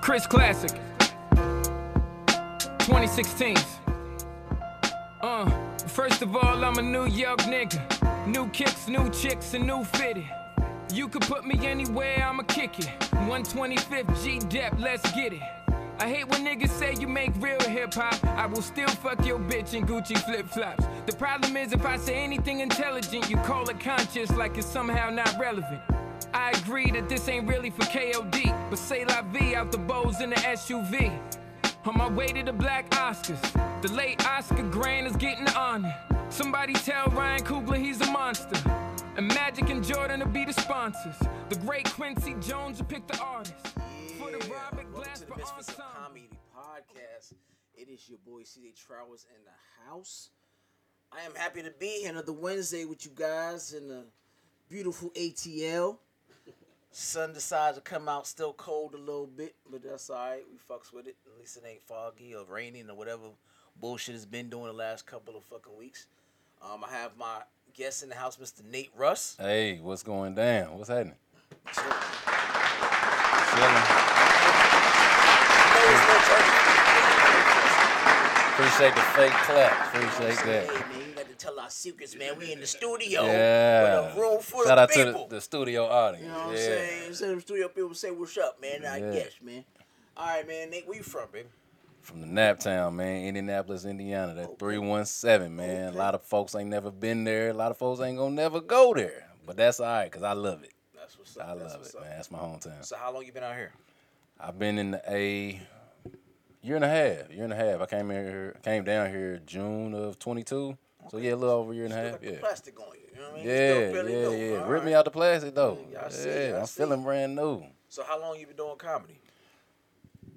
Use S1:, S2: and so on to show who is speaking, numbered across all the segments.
S1: Chris Classic. 2016. Uh, first of all, I'm a New York nigga. New kicks, new chicks, and new fitted. You could put me anywhere, I'ma kick it. 125th G Dep, let's get it. I hate when niggas say you make real hip hop. I will still fuck your bitch in Gucci flip flops. The problem is if I say anything intelligent, you call it conscious like it's somehow not relevant. I agree that this ain't really for KOD, but say la vie out the bows in the SUV. On my way to the Black Oscars, the late Oscar Grant is getting honored. Somebody tell Ryan Coogler he's a monster. And Magic and Jordan will be the sponsors. The great Quincy Jones will pick the artist. For the
S2: Yeah,
S1: Robert
S2: welcome to the
S1: Glasper
S2: Misfits of
S1: Ensemble.
S2: Comedy podcast. It is your boy CJ Trowers in the house. I am happy to be here another Wednesday with you guys in the beautiful ATL. Sun decides to come out still cold a little bit, but that's all right. We fucks with it. At least it ain't foggy or raining or whatever bullshit has been doing the last couple of fucking weeks. Um, I have my guest in the house, Mr. Nate Russ.
S3: Hey, what's going down? What's happening? Appreciate the fake clap. Appreciate that.
S2: Hey, man, you got to tell our secrets, man. We in the studio
S3: Yeah.
S2: with a room full
S3: Shout
S2: of
S3: out to
S2: people.
S3: the, the studio audience.
S2: you know what I'm
S3: yeah.
S2: saying? Instead of studio people say, what's up, man? I
S3: Yeah.
S2: guess, man. All right, man. Nate, where you from, baby?
S3: From the Nap Town, man, Indianapolis, Indiana. That
S2: Okay.
S3: 317, man.
S2: Okay.
S3: A lot of folks ain't never been there. A lot of folks ain't gonna never go there. But that's all right, because I love it.
S2: That's what's up.
S3: I
S2: That's
S3: love
S2: what's
S3: it,
S2: up.
S3: man. Uh, That's my hometown.
S2: So how long you been out here?
S3: I've been in the a year and a half. Year and a half. I came here came down here June of twenty two. So yeah, a little over a year and a
S2: Still
S3: half.
S2: got the
S3: Yeah.
S2: plastic on you. You know what I mean? You
S3: Yeah,
S2: still fairly
S3: yeah,
S2: new.
S3: yeah.
S2: All
S3: Rip me
S2: right.
S3: out the plastic though.
S2: Yeah, I see,
S3: yeah,
S2: I
S3: I'm
S2: see.
S3: feeling brand new.
S2: So how long you been doing comedy?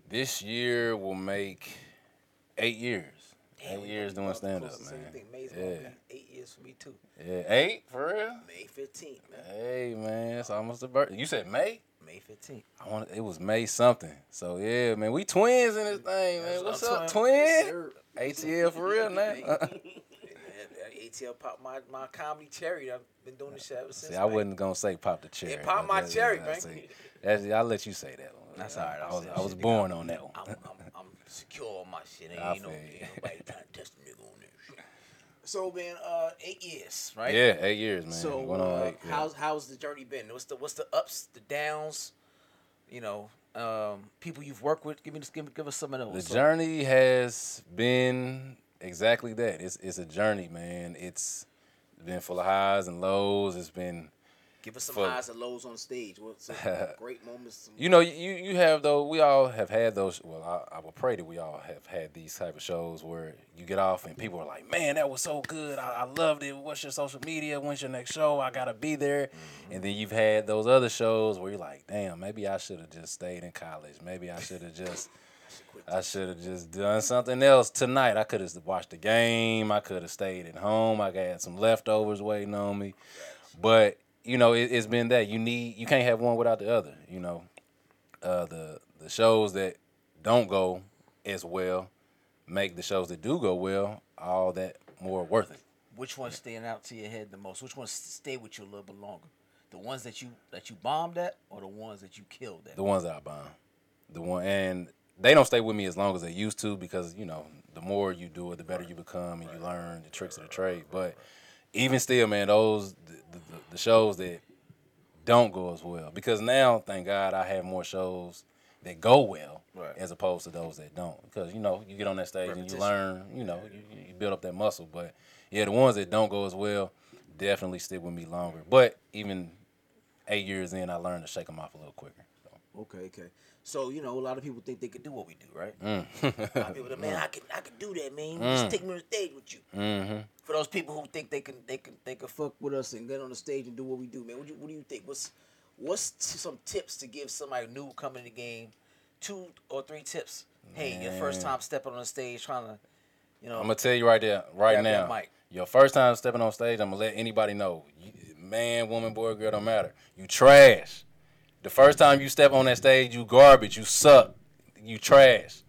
S3: This year will make eight years. eight years doing stand up, man.
S2: Yeah.
S3: Yeah,
S2: Eight years for me, too.
S3: yeah, eight for real.
S2: May 15th, man.
S3: Hey man, it's almost the birthday. You said May.
S2: May 15th.
S3: I want it was May something. So yeah, man, we twins in this thing, man. What's up,
S2: Yes,
S3: twin?
S2: sir.
S3: ATL for real now.
S2: Yeah, ATL popped my, my comedy cherry. I've been doing this shit ever since.
S3: See, I
S2: man.
S3: wasn't gonna say pop the cherry.
S2: It popped
S3: but
S2: my
S3: that's-
S2: cherry,
S3: I see.
S2: man.
S3: That's, I'll let you say that one.
S2: That's
S3: I-
S2: all right,
S3: I
S2: I'll
S3: was,
S2: say
S3: I
S2: that
S3: was
S2: shit.
S3: born on that one.
S2: I'm, I'm, I'm secure on my shit. Ain't,
S3: I
S2: ain't, no,
S3: feel you.
S2: ain't nobody trying to touch the nigga on that shit. So, man, uh, eight years, right?
S3: Yeah, eight years, man.
S2: So,
S3: Going on
S2: uh,
S3: eight, yeah.
S2: how's how's the journey been? What's the what's the ups, the downs? You know, um, people you've worked with. Give me just give, give us some of
S3: the
S2: those. So-
S3: journey has been exactly that. It's it's a journey, man. It's been full of highs and lows. It's been
S2: give us some
S3: for-
S2: highs and lows on stage. What's some great moments? Some,
S3: you know you you have though we all have had those well I, I would pray that we all have had these type of shows where you get off and people are like man that was so good I, I loved it what's your social media when's your next show I gotta be there and then you've had those other shows where you're like damn maybe I should have just stayed in college maybe I should have just I should have just done something else tonight I could have watched the game I could have stayed at home I had some leftovers waiting on me but you know it, it's been that you need you can't have one without the other you know uh, the the shows that don't go as well make the shows that do go well all that more worth it.
S2: which one's staying out to your head the most? Which ones stay with you a little bit longer? The ones that you that you bombed at, or the ones that you killed at?
S3: The ones that I bomb, the one and they don't stay with me as long as they used to because you know the more you do it, the better you become and you learn the tricks of the trade. But even still, man, those the, the, the shows that don't go as well because now, thank God, I have more shows that go well
S2: Right.
S3: as opposed to those that don't. Because you know, you get on that stage and you
S2: Repetition.
S3: learn, you know, you, you build up that muscle. But yeah, the ones that don't go as well definitely stick with me longer. But even eight years in, I learned to shake them off a little quicker. So.
S2: Okay, okay. So you know, a lot of people think they could do what we do, right? a lot of people, man, I can, I can do that, man. You Just take me on stage with you. Mm-hmm. For those people who think they can, they can, they can fuck with us and get on the stage and do what we do, man. What do you, what do you think? What's, what's t- some tips to give somebody new coming in the game? Two or three tips. Hey, your first
S3: Man.
S2: time stepping on the stage, trying to, you know,
S3: I'm gonna tell you right there, right
S2: Grab that
S3: now.
S2: mic.
S3: Your first time stepping on stage, I'm gonna let anybody know. You, man, woman, boy, girl, don't matter. You trash. The first time you step on that stage, you garbage. You suck. You trash.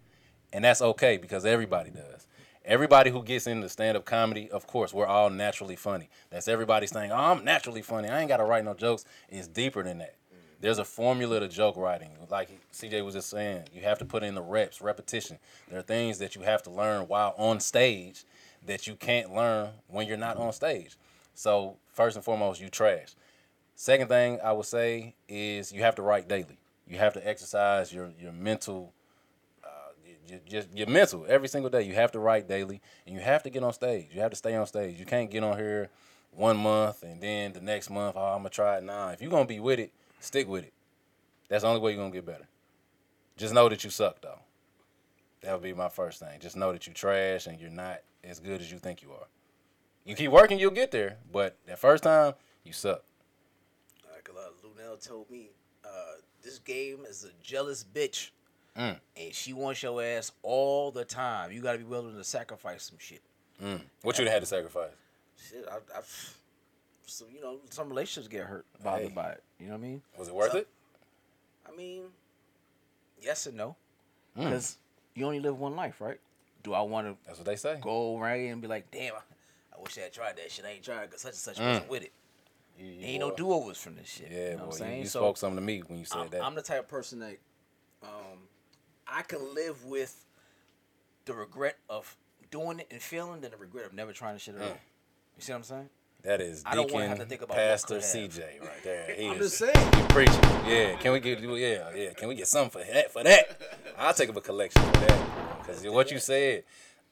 S3: And that's okay because everybody does. Everybody who gets into stand up comedy, of course, we're all naturally funny. That's everybody's thing. Oh, I'm naturally funny. I ain't gotta write no jokes. It's deeper than that. There's a formula to joke writing. Like CJ was just saying, you have to put in the reps, repetition. There are things that you have to learn while on stage that you can't learn when you're not on stage. So first and foremost, you trash. Second thing I would say is you have to write daily. You have to exercise your your mental your, your, your mental every single day. You have to write daily, and you have to get on stage. You have to stay on stage. You can't get on here one month and then the next month, oh, I'm gonna try it. Nah, if you're gonna be with it, stick with it. That's the only way you're gonna get better. Just know that you suck though. That would be my first thing. Just know that you trash and you're not as good as you think you are. You keep working, you'll get there. But that first time, you suck.
S2: Like uh, Lunel told me, uh, this game is a jealous bitch.
S3: Mm.
S2: And she wants your ass all the time. You gotta be willing to sacrifice some shit.
S3: What you'd have had to sacrifice?
S2: Shit, I, I, so you know, some relationships get hurt bothered
S3: Hey.
S2: by it. You know what I mean?
S3: Was it worth
S2: So-
S3: it?
S2: I mean, yes and no,
S3: Mm.
S2: because you only live one life, right? Do I want to
S3: That's what they say.
S2: go around and be like, damn, I, I wish I had tried that shit. I ain't tried because such and such wasn't with it.
S3: You- Mm. you
S2: ain't no
S3: boy.
S2: do overs from this shit.
S3: Yeah,
S2: you know what
S3: boy,
S2: I'm
S3: you,
S2: saying?
S3: you
S2: so
S3: spoke something to me when you said
S2: I'm,
S3: that.
S2: I'm the type of person that um, I can live with the regret of doing it and failing than the regret of never trying the shit at
S3: Mm.
S2: all. You see what I'm saying?
S3: that is
S2: I
S3: Deacon
S2: don't wanna have to think about what
S3: Pastor
S2: could have.
S3: CJ right there. He
S2: I'm just
S3: is-
S2: saying.
S3: preaching. Yeah, can we get yeah, yeah, can we get something for that for that? I'll take up a collection for that. Cause what you said,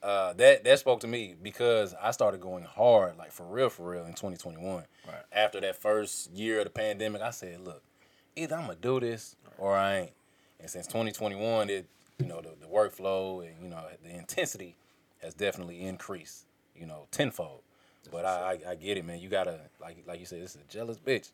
S3: uh, that that spoke to me because I started going hard, like for real, for real in twenty twenty one.
S2: Right.
S3: After that first year of the pandemic, I said, look, either I'm gonna do this or I ain't. And since twenty twenty one it you know, the, the workflow and you know, the intensity has definitely increased, you know, tenfold. But I, I, I get it, man. You gotta like like you said, this is a jealous bitch.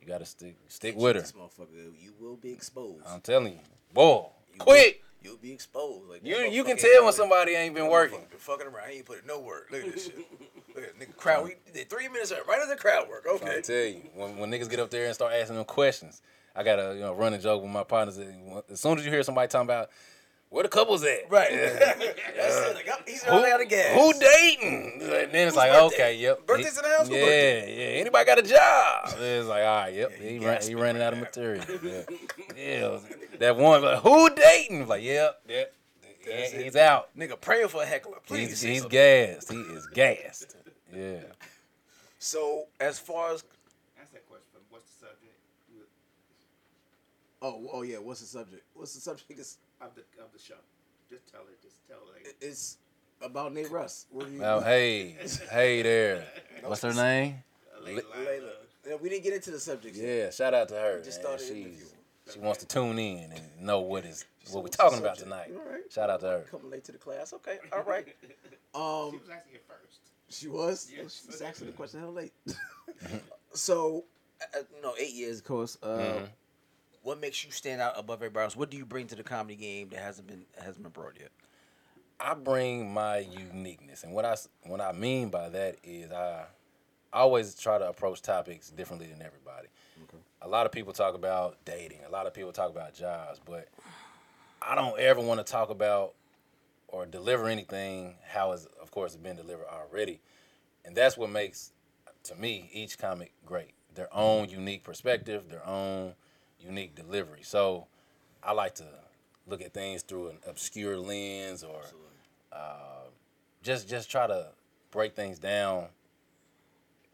S3: You gotta stick stick with her. Uh-huh.
S2: This motherfucker, you will be exposed.
S3: I'm telling you, boy,
S2: You
S3: quick.
S2: You'll be exposed. Like
S3: You
S2: that
S3: you can
S2: motherfucker
S3: tell when
S2: ain't-
S3: somebody ain't been
S2: that
S3: working.
S2: motherfucker been fucking around. He ain't put in no work. Look at this shit. Look at nigga crowd. We did three minutes of- right of the crowd work.
S3: I
S2: Okay.
S3: tell you, when, when niggas get up there and start asking them questions, I gotta you know run a joke with my partners. that As soon as you hear somebody talking about where the couples at,
S2: Right. That's it. Like, I'm- he's running out of gas.
S3: who dating? And then it's like,
S2: birthday?
S3: okay, yep.
S2: Birthday's in the house? Who
S3: Yeah, yeah. Anybody got a job? And it's like, all right, yep. he
S2: you
S3: ran,
S2: gasping
S3: he ran out of material. Yeah. yeah. That one, like, who dating? Like, yep, yep.
S2: That's
S3: Yeah,
S2: it.
S3: he's out.
S2: Nigga praying for a heckler. Please.
S3: He's,
S2: say
S3: he's
S2: something.
S3: gassed. He is gassed. Yeah.
S2: So as far as
S4: Ask that question. for me. What's the subject
S2: oh oh yeah, what's the subject? What's the subject? It's
S4: of the of the show? Just tell it. Just tell it.
S2: it's about Nate Russ. What do you-
S3: Now, hey, hey there. What's her name?
S4: Layla.
S2: Layla. Yeah, we didn't get into the subject. yet.
S3: Yeah, shout out to her.
S2: Just
S3: man.
S2: started
S3: She's,
S2: interviewing.
S3: she wants to tune in and know what is what we're
S2: What's the
S3: talking about
S2: subject?
S3: tonight.
S2: All right.
S3: Shout out to her.
S2: Coming late to the class. Okay. All right. Um.
S4: She was asking it first.
S2: She was.
S4: Yeah,
S2: she was
S4: she was.
S2: asking the question hell late.
S3: Mm-hmm.
S2: so, uh, you know, eight years, of course. Uh,
S3: Mm-hmm.
S2: What makes you stand out above everybody else? What do you bring to the comedy game that hasn't been hasn't been brought yet?
S3: I bring my uniqueness, and what I s- what I mean by that is I always try to approach topics differently than everybody. A lot of people talk about dating. A lot of people talk about jobs, but I don't ever want to talk about or deliver anything how it's of course been delivered already, and that's what makes to me each comic great. Their own unique perspective, their own unique delivery. So I like to look at things through an obscure lens or just just try to break things down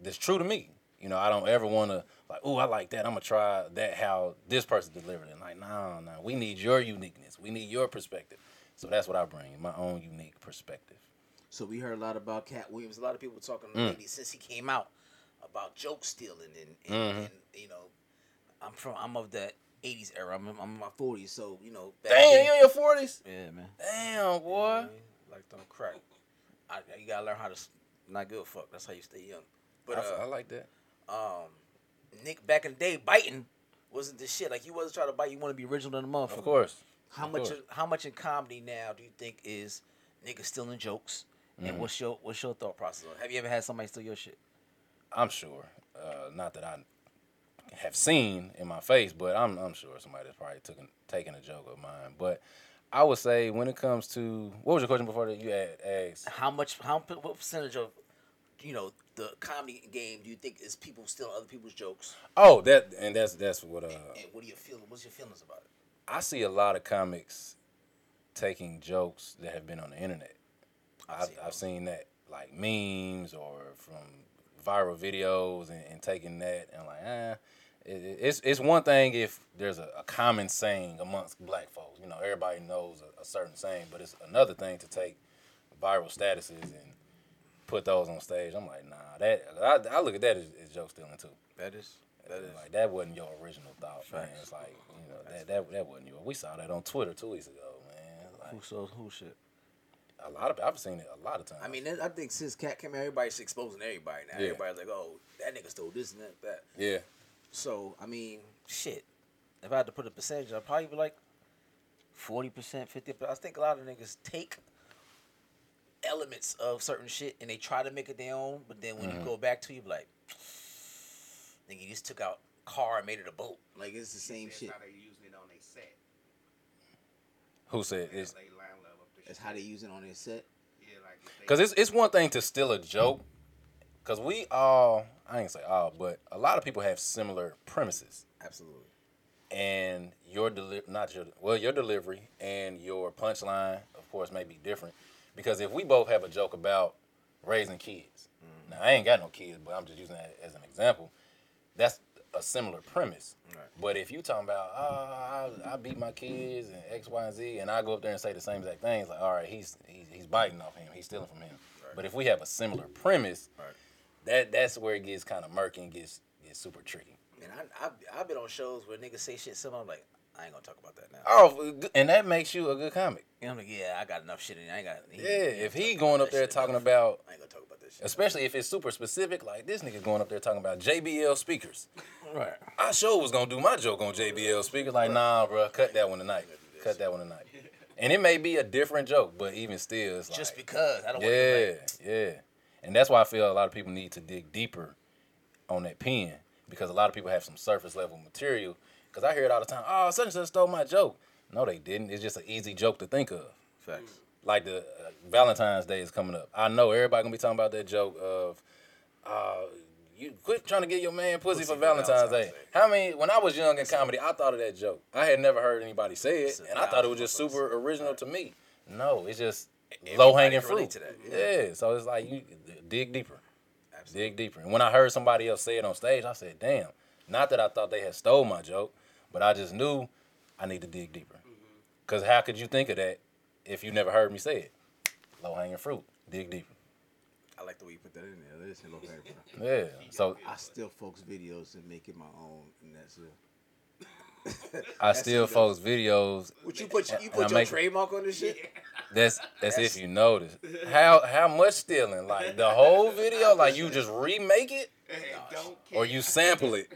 S3: that's true to me. You know, I don't ever want to like, oh, I like that. I'm gonna try that how this person delivered it. Like, no, no, we need your uniqueness. We need your perspective. So that's what I bring, my own unique perspective.
S2: So we heard a lot about Cat Williams. A lot of people talking
S3: Mm.
S2: lately since he came out about joke stealing and, and,
S3: Mm-hmm.
S2: and you know, I'm from I'm of that '80s era. I'm, in- I'm in my 40s, so you know. Back
S3: Damn,
S2: then-
S3: you in your forties?
S2: yeah, man.
S3: Damn, boy.
S2: Like don't crack. I, you gotta learn how to s- not give a fuck. That's how you stay young. But
S3: I, f-
S2: uh,
S3: I like that.
S2: um, Nick back in the day biting wasn't the shit. Like you wasn't trying to bite. You want to be original than the motherfucker.
S3: Of course.
S2: How
S3: of
S2: much?
S3: course.
S2: How much in comedy now do you think is niggas stealing jokes?
S3: Mm.
S2: And what's your what's your thought process? on it? Have you ever had somebody steal your shit?
S3: I'm sure. Uh, not that I have seen in my face, but I'm I'm sure somebody's probably took taking a joke of mine. But I would say when it comes to what was your question before that you had asked?
S2: How much? How p- what percentage of you know
S5: the comedy game, do you think is people stealing other people's jokes?
S3: Oh, that and that's that's what uh
S5: And what are your feeling? What's your feelings about it?
S3: I see a lot of comics taking jokes that have been on the internet. I've,
S5: seen
S3: I've seen that like memes or from viral videos and, and taking that and like, eh. It- it- It's, it's one thing if there's a, a common saying amongst black folks. You know, everybody knows a, a certain saying, but it's another thing to take viral statuses and put those on stage. I'm like, nah, that I, I look at that as, as joke stealing too.
S5: That is. That is.
S3: Like that wasn't your original thought, man. It's like you know that, that that wasn't your. We saw that on Twitter two weeks ago, man.
S5: so who shit?
S3: Like a lot of I've seen it a lot of times.
S5: I mean, that- I think since Cat came out, everybody's exposing everybody now.
S3: Yeah.
S5: Everybody's like, oh, that nigga stole this and that, that.
S3: yeah,
S5: So, I mean,
S2: Shit. If I had to put a percentage, I'd probably be like 40%, 50%. But I think a lot of niggas take elements of certain shit and they try to make it their own. But then when you go back to, you be like, nigga, you just took out car and made it a boat.
S5: like, it's the same
S4: That's
S5: shit.
S4: how they using it on their set.
S3: who said
S4: They
S3: it's
S4: lay line love up the
S5: That's
S4: shit.
S5: how they use it on their set.
S4: Yeah, like if they-
S3: because it's it's one thing to steal a joke, because we all I ain't say all, but a lot of people have similar premises,
S5: Absolutely.
S3: and your deli- not your well your delivery and your punchline, of course, may be different, because if we both have a joke about raising kids,
S5: Mm-hmm.
S3: now I ain't got no kids, but I'm just using that as an example. That's a similar premise.
S5: Right.
S3: But if you talking about oh, I, I beat my kids and X, Y, and Z, and I go up there and say the same exact things, like all right, he's he's, he's biting off him, he's stealing from him. But if we have a similar premise,
S5: Right.
S3: that that's where it gets kind of murky and gets gets super tricky.
S2: And I, I, I've been on shows where niggas say shit, similar. I'm like, I ain't gonna talk about that now.
S3: Oh, and that makes you a good comic.
S2: And I'm like, yeah, I got enough shit in. I ain't got. he-
S3: Yeah,
S2: he ain't
S3: if
S2: gonna
S3: he
S2: talk
S3: going
S2: about
S3: up
S2: that
S3: there
S2: shit
S3: talking
S2: enough.
S3: about,
S2: I ain't gonna talk about this shit.
S3: especially if it's super specific, like this nigga going up there talking about JBL speakers.
S2: Right.
S3: I sure was gonna do my joke on JBL speakers. Like, nah, bruh, cut that one tonight. Cut that one tonight. And it may be a different joke, but even still, it's like,
S2: Just because I don't. want
S3: yeah,
S2: to
S3: yeah. And that's why I feel a lot of people need to dig deeper on that pen because a lot of people have some surface level material. Because I hear it all the time. Oh, such and such stole my joke. No, they didn't. It's just an easy joke to think of
S5: Facts.
S3: like the uh, Valentine's Day is coming up. I know everybody gonna be talking about that joke of, uh, you quit trying to get your man pussy, for Valentine's, Day. How many? When I was young in comedy, I thought of that joke. I had never heard anybody say it, and I thought it was just super original to me. No, it's just low hanging
S5: can relate to
S3: fruit.
S5: that,
S3: yeah. so it's like you dig deeper, dig deeper. And when I heard somebody else say it on stage, I said, "Damn!" Not that I thought they had stole my joke, but I just knew I need to dig deeper. Cause how could you think of that if you never heard me say it? Low hanging fruit. Dig deeper.
S5: I like the way you put that in there. That is hello, baby.
S3: Yeah. So
S5: I steal folks' videos and make it my own, and that's it.
S3: I steal folks' videos.
S5: Would you put your, you
S3: And
S5: put
S3: I
S5: your
S3: make-
S5: trademark on this shit?
S3: That's that's if you notice. How how much stealing? Like the whole video? Like you just remake it
S4: Hey, don't care.
S3: or you sample it?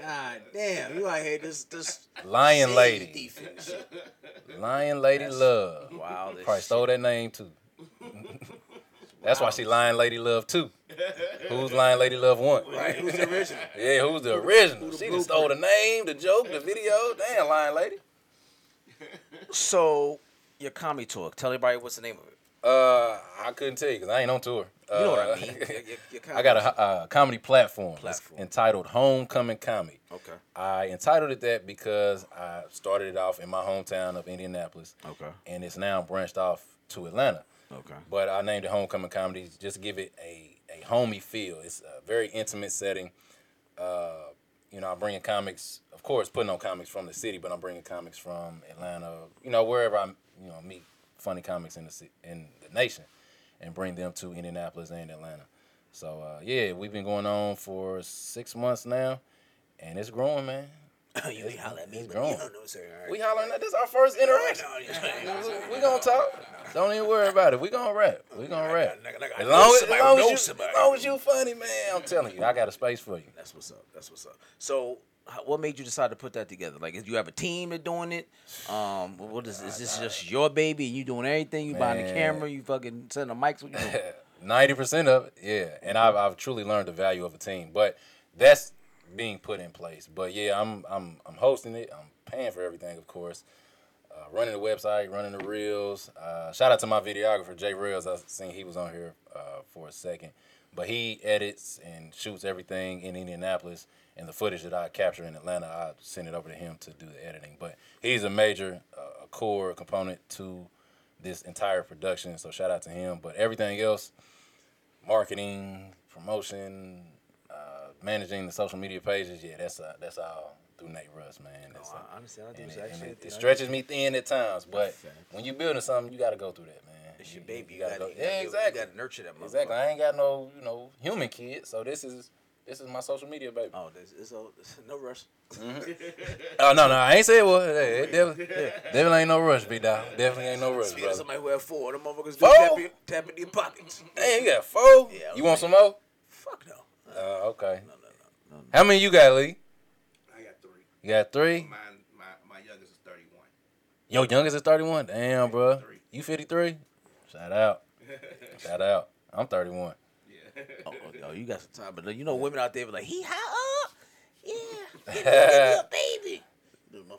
S5: God damn, you out here this this
S3: Lion
S5: shade
S3: Lady.
S5: thief and shit.
S3: Lion Lady Love.
S2: Wow. This
S3: Probably stole that name too. That's why she Lion Lady Love too. Who's Lion Lady Love one?
S5: Right? Who's the original?
S3: Yeah, who's the original? she just stole the name, the joke, the video. Damn, Lion Lady.
S2: So your comedy tour. Tell everybody what's the name of it.
S3: Uh, I couldn't tell you because I ain't on tour.
S2: You know
S3: Uh,
S2: what I mean.
S5: Your- your- your
S3: I got a, uh comedy platform, It's
S2: Platform.
S3: entitled Homecoming Comedy.
S5: okay.
S3: I entitled it that because I started it off in my hometown of Indianapolis,
S5: Okay.
S3: and it's now branched off to Atlanta.
S5: Okay.
S3: But I named it Homecoming Comedy just to give it a, a homey feel. It's a very intimate setting. Uh, you know, I'm bringing comics, of course, putting on comics from the city, but I'm bringing comics from Atlanta, you know, wherever I you know meet funny comics in the ci- in the nation, and bring them to Indianapolis and Atlanta. So uh, yeah, we've been going on for six months now, and it's growing, man.
S2: you ain't holler at me,
S3: it's
S2: but
S3: growing.
S2: you don't know, sir. All right.
S3: We hollering at this our first interaction. We, we gonna talk. Don't even worry about it. We gonna rap. We gonna rap. As long as, as, long as, you, as long as you funny, man, I'm telling you, I got a space for you.
S2: That's what's up. That's what's up. So, how, what made you decide to put that together? Like, if you have a team that doing it, um, what is is this just your baby and you doing everything? You buying the
S3: Man.
S2: camera, you fucking sending the mics. What you doing?
S3: Ninety percent of it, yeah. And I've, I've truly learned the value of a team, but that's being put in place. But yeah, I'm I'm I'm hosting it. I'm paying for everything, of course. Uh, running the website, running the reels. Uh, shout out to my videographer Jay Reels. I seen he was on here uh, for a second. But he edits and shoots everything in Indianapolis, and the footage that I capture in Atlanta, I send it over to him to do the editing. But he's a major, uh, a core component to this entire production. So shout out to him. But everything else, marketing, promotion, uh, managing the social media pages, yeah, that's uh, that's all through Nate Russ, man. That's uh,
S2: I understand. I do
S3: and it,
S2: that
S3: and
S2: shit.
S3: it- it
S2: I-
S3: stretches me thin at times, but when you building something, you got to go through that, man.
S2: It's
S3: You-
S2: your
S3: you-
S2: baby.
S3: You
S2: You
S3: got to
S2: gotta,
S3: go.
S2: you gotta,
S3: Yeah,
S2: do-
S3: exactly.
S2: You gotta nurture that motherfucker.
S3: Exactly. I ain't got no, you know, human kid, so this is this is my social media baby.
S5: Oh, there's, there's, a, no rush.
S3: Oh no, no, I ain't say it was. Hey, it definitely, definitely ain't no rush, B dog. Definitely ain't no rush,
S5: Speaking of
S3: brother.
S5: somebody who had four, the motherfuckers do
S3: Four?
S5: tap, in- tap in their pockets.
S3: Hey, you got four?
S5: Yeah, I was
S3: you want some more?
S5: Fuck no.
S3: Uh, okay. How many you got, Lee?
S4: I got three.
S3: You got three.
S4: My my my youngest is thirty one.
S3: Your youngest is thirty one. Damn, bro.
S4: 53.
S3: You fifty three. Shout out. Shout out. I'm thirty one.
S4: Yeah.
S2: Oh, oh, oh, you got some time, but uh, you know, women out there be like, he high up, yeah, get
S3: Tell
S2: baby.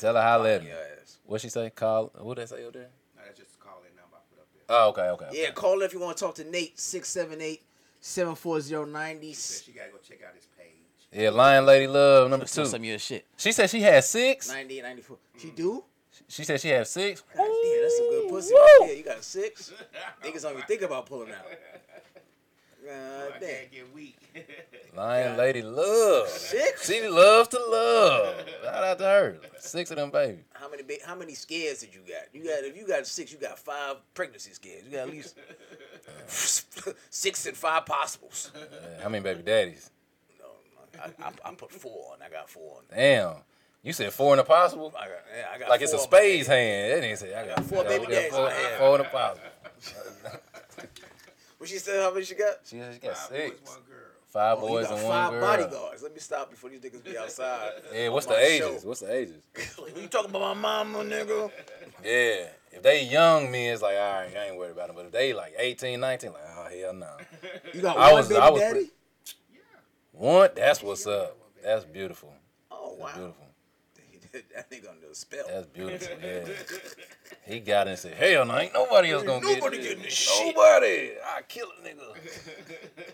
S3: her how at me.
S5: Yeah, ass.
S3: What she say? Call. What they say up there?
S4: No, that's just a call in number I put up there.
S3: Oh, okay, okay. okay.
S5: Yeah, call if you want to talk to Nate, 678
S4: She
S5: 740
S4: said she gotta go check out his page.
S3: Yeah, Lion Lady Love number
S2: Still
S3: two.
S2: some of your shit.
S3: She said she had six.
S5: 9894. She do?
S3: She said she had six.
S5: God damn, that's some good pussy
S3: Mm.
S5: right
S3: woo.
S5: there. You got a six? Niggas don't even think about pulling out.
S4: I
S5: God damn.
S4: can't get weak.
S3: Lion Lady Love.
S5: Six?
S3: She loves to love. Shout out to her. Six of them, baby.
S5: How many ba- how many scares did you got? You got if you got six, you got five pregnancy scares. You got at least six and five possibles.
S3: Yeah, how many baby daddies?
S5: No, I, I, I put four and I got four. On
S3: Damn. You said four in the possible?
S5: I got, yeah, I got
S3: Like it's a
S5: four on my
S3: spades hand. That nigga said, I got
S5: Four
S3: I
S5: baby
S3: got
S5: daddies in
S3: Four,
S5: my hand.
S3: four in the possible.
S5: What she said? How many she got?
S3: She said she got
S4: Five
S3: six.
S4: boys, one girl.
S3: Five
S5: Oh,
S3: boys
S5: you got
S3: and
S5: five
S3: one girl.
S5: bodyguards. Let me stop before these niggas be outside.
S3: Yeah, what's
S5: on
S3: the
S5: my
S3: ages?
S5: show.
S3: What's the ages?
S5: like, you talking about my mama, nigga?
S3: Yeah. If they young men, it's like, all right, I ain't worried about them. But if they like 18, 19, like, oh, hell no.
S5: You got
S3: I
S5: one
S3: was-
S5: baby
S3: I was
S5: daddy?
S3: pretty- One, that's what's up. That's beautiful.
S5: Oh
S3: That's
S5: wow,
S3: beautiful.
S5: that nigga under a spell.
S3: That's beautiful. Yeah. he got in and said, hell no, ain't nobody else gonna
S5: Nobody
S3: get
S5: getting
S3: this.
S5: this shit.
S3: Nobody. I kill a nigga.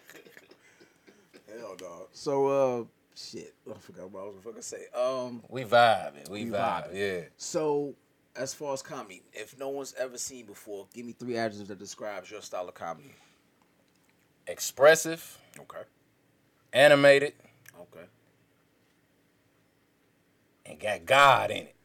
S5: Hell, dog. So, uh, shit, I forgot what I was gonna fucking say. Um,
S3: We vibing. We,
S5: We
S3: vibing. Yeah.
S5: so as far as comedy, if no one's ever seen before, give me three adjectives that describes your style of comedy.
S3: Expressive,
S5: Okay.
S3: animated,
S5: Okay.
S3: and got God in it.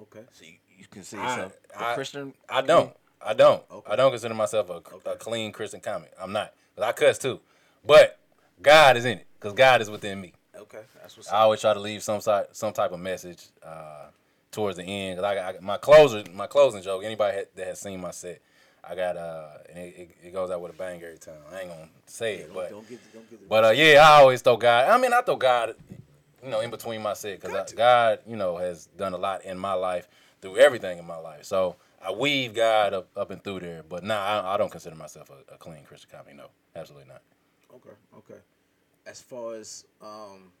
S5: Okay.
S2: So you, you consider
S3: I-
S2: yourself a
S3: I-
S2: Christian?
S3: I don't. I don't.
S5: Okay.
S3: I don't consider myself a, a clean Christian comic. I'm not. 'Cause I cuss too. But God is in it. Because God is within me.
S5: Okay. That's what's
S3: I
S5: up.
S3: always try to leave some si- some type of message uh, towards the end. 'Cause I, got- I got- my closer, my closing joke. Anybody had, that has seen my set, I got uh, and it, it, it goes out with a bang every time. I ain't gonna say it,
S5: Don't,
S3: but
S5: don't get, don't get. The,
S3: but uh, yeah, I always throw God. I mean, I throw God, you know, in between my set because God, you know, has done a lot in my life through everything in my life. So I weave God up, up and through there. But nah, I, I don't consider myself a, a clean Christian comic. No, absolutely not.
S5: okay. Okay. As far as um,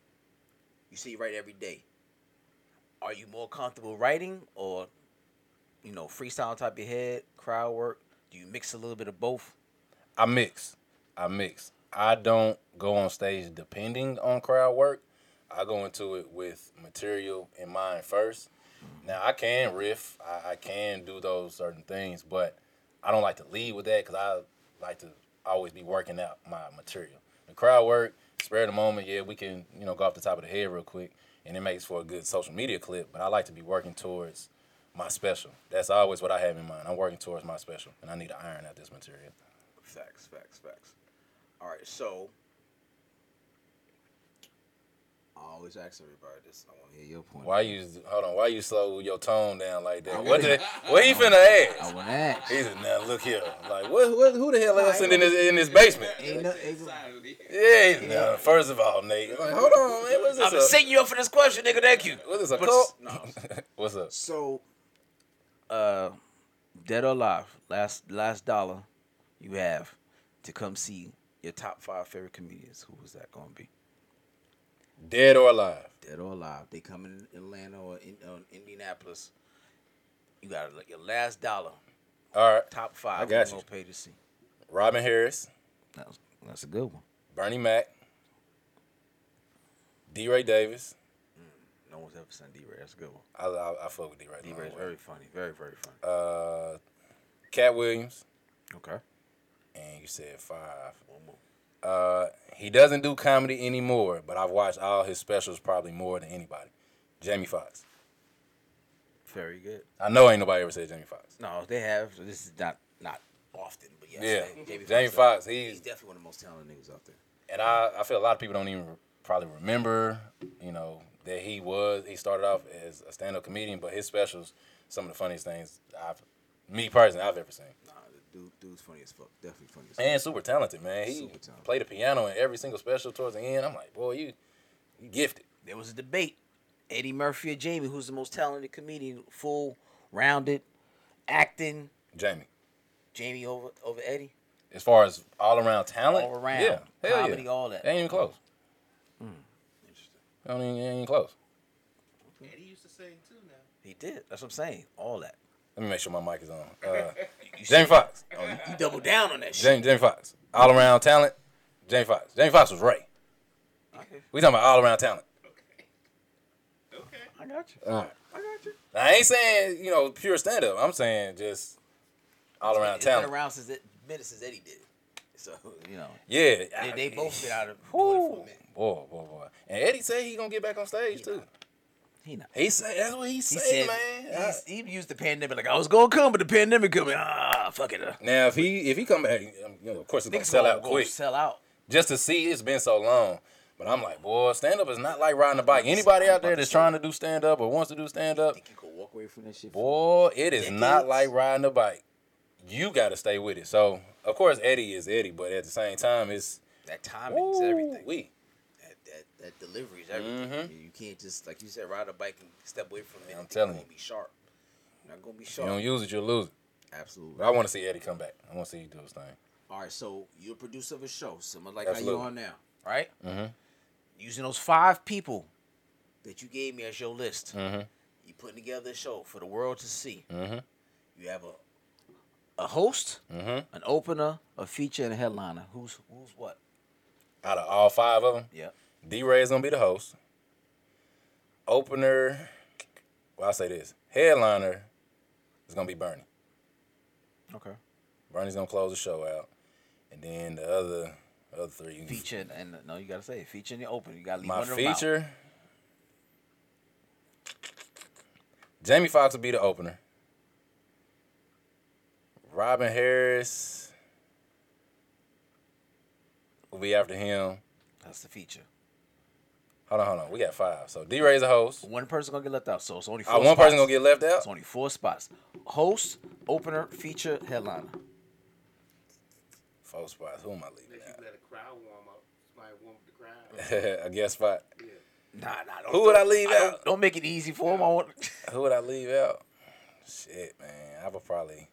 S5: you see, right every day.
S2: Are you more comfortable writing or, you know, freestyle on top of your head, crowd work? Do you mix a little bit of both?
S3: I mix. I mix. I don't go on stage depending on crowd work. I go into it with material in mind first. Now I can riff. I, I can do those certain things, but I don't like to lead with that because I like to always be working out my material. The crowd work, spare the moment. Yeah, we can you know go off the top of the head real quick, and it makes for a good social media clip. But I like to be working towards my special. That's always what I have in mind. I'm working towards my special, and I need to iron out this material.
S5: Facts, facts, facts. All right, so I always ask everybody this. I want to hear your point.
S3: Why you hold on? Why you slow your tone down like that?
S5: I
S3: What
S5: really-
S3: the, what he finna
S5: I
S3: ask?
S5: want to ask.
S3: He said, "Now look here, like what, what who the hell else in this in this basement?"
S5: Ain't no, ain't no,
S3: Yeah, he- nah, first of all, Nate, like, hold on, man, what's
S2: I'm
S3: this? A,
S2: setting you up for this question, nigga. Thank you.
S3: what's this a
S2: But-
S3: cult?
S5: no.
S3: What's up?
S5: So
S2: uh, dead or alive, last last dollar you have to come see your top five favorite comedians. Who is that going to be?
S3: Dead or alive?
S5: dead or alive, they come in Atlanta or in
S2: uh,
S5: or Indianapolis. You gotta look your last dollar.
S3: All right,
S2: Top five.
S3: I got
S2: who
S3: you.
S2: gonna pay to see.
S3: Robin Harris,
S2: That's, that's a good one.
S3: Bernie Mac, D. Ray Davis.
S2: No one's ever seen D-Ray. That's a good one.
S3: I, I, I fuck with D. Ray.
S2: D-Ray's very funny. Very, very funny.
S3: Uh, Cat Williams,
S2: okay.
S3: and you said five.
S2: One more.
S3: Uh, he doesn't do comedy anymore, but I've watched all his specials probably more than anybody. Jamie Foxx.
S2: Very good.
S3: I know ain't nobody ever said Jamie Foxx.
S2: No, they have. so This is not not often, but yes.
S3: Yeah,
S2: they-
S3: Jamie,
S2: Foxx,
S3: Foxx.
S2: He's
S3: He's
S2: definitely one of the most talented niggas out there.
S3: and I, I feel a lot of people don't even probably remember, you know, that he was he started off as a stand up comedian, but his specials, some of the funniest things I've me personally I've ever seen.
S2: Nah, the dude, dude's funny as fuck. Definitely funny as fuck.
S3: And super talented, man. He
S2: Super talented.
S3: played the piano in every single special towards the end. I'm like, boy, you you gifted.
S2: There was a debate. Eddie Murphy or Jamie, who's the most talented comedian, full, rounded, acting.
S3: Jamie.
S2: Jamie over over Eddie.
S3: As far as all around talent,
S2: All around,
S3: yeah, hell
S2: comedy,
S3: yeah.
S2: all that.
S3: They ain't even close.
S4: Hmm. Interesting.
S3: I mean, they ain't even close.
S4: Eddie used to sing too now.
S2: He did. That's what I'm saying. All that.
S3: Let me make sure my mic is on. Uh, Jamie Foxx. Oh,
S2: You double down on that
S3: Jamie, Jamie Foxx. All around talent. Jamie Foxx. Jamie Foxx was Ray. We talking about all around talent.
S4: Okay. Okay.
S2: I got you.
S4: I got you.
S3: Now, I ain't saying you know pure stand up. I'm saying just all around
S2: it's
S3: talent.
S2: been around since it, minute since Eddie did. it. So you know,
S3: Yeah,
S2: they, they both been out of doing it for a
S3: Woo.
S2: minute.
S3: Boy, boy, boy. And Eddie said he gonna get back on stage too.
S2: He not.
S3: He said that's what he,
S2: He
S3: said,
S2: said
S3: man. I-
S2: he's- he used the pandemic like I was gonna come, but the pandemic coming. Ah, fuck it up.
S3: now if he if he come back, um, you know, of course he's gonna
S2: Niggas
S3: sell
S2: gonna-
S3: out
S2: gonna
S3: quick.
S2: Sell out.
S3: Just to see, it's been so long. But I'm like, boy, stand up is not like riding a bike. Anybody out there that's trying to do stand up or wants to do stand up,
S5: Think you could walk away from that shit?
S3: Boy, it is not
S2: Decades.
S3: like riding a bike. You got to stay with it. So, of course, Eddie is Eddie, but at the same time, it's
S2: That timing is everything.
S3: We
S2: That, that, that delivery is everything. You can't just like you said, ride a bike and step away from it.
S3: Mm-hmm. I'm
S2: and think
S3: telling
S2: gonna
S3: you.
S2: be sharp. You're not gonna be
S3: you don't
S2: sharp.
S3: use it, you'll lose it.
S2: Absolutely.
S3: But I want to see Eddie come back. I want to see you do his thing.
S5: All right, so you're a producer of a show, similar like how
S3: Absolutely.
S5: you are now.
S2: Right.
S3: Mhm.
S2: Using those five people that you gave me as your list,
S3: Mm-hmm.
S2: you putting together a show for the world to see.
S3: Mm-hmm.
S2: You have a a host,
S3: Mm-hmm.
S2: an opener, a feature, and a headliner. Who's who's what?
S3: Out of all five of them,
S2: Yeah.
S3: D Ray is gonna be the host. Opener, well, I'll say this: headliner is gonna be Bernie.
S2: Okay.
S3: Bernie's gonna close the show out, and then the other other three you can-
S2: Feature and, and no, you gotta say it. feature and the opener. You gotta leave
S3: My
S2: one of them out.
S3: feature. Jamie Foxx will be the opener. Robin Harris will be after him.
S2: That's the feature.
S3: Hold on, hold on. We got five. So D Ray's a host.
S2: One person gonna get left out, so it's only four
S3: Uh, one person
S2: spots.
S3: gonna get left out.
S2: It's only four spots. Host, opener, feature, headliner.
S3: Four spots. Who am I leaving
S4: Unless you let a crowd warm up. Somebody warm up the crowd.
S3: out? a guest spot.
S2: Nah, nah. Don't,
S3: Who would I leave
S2: don't,
S3: out?
S2: don't make it easy for him. I want.
S3: Who would I leave out? Shit, man. I would probably.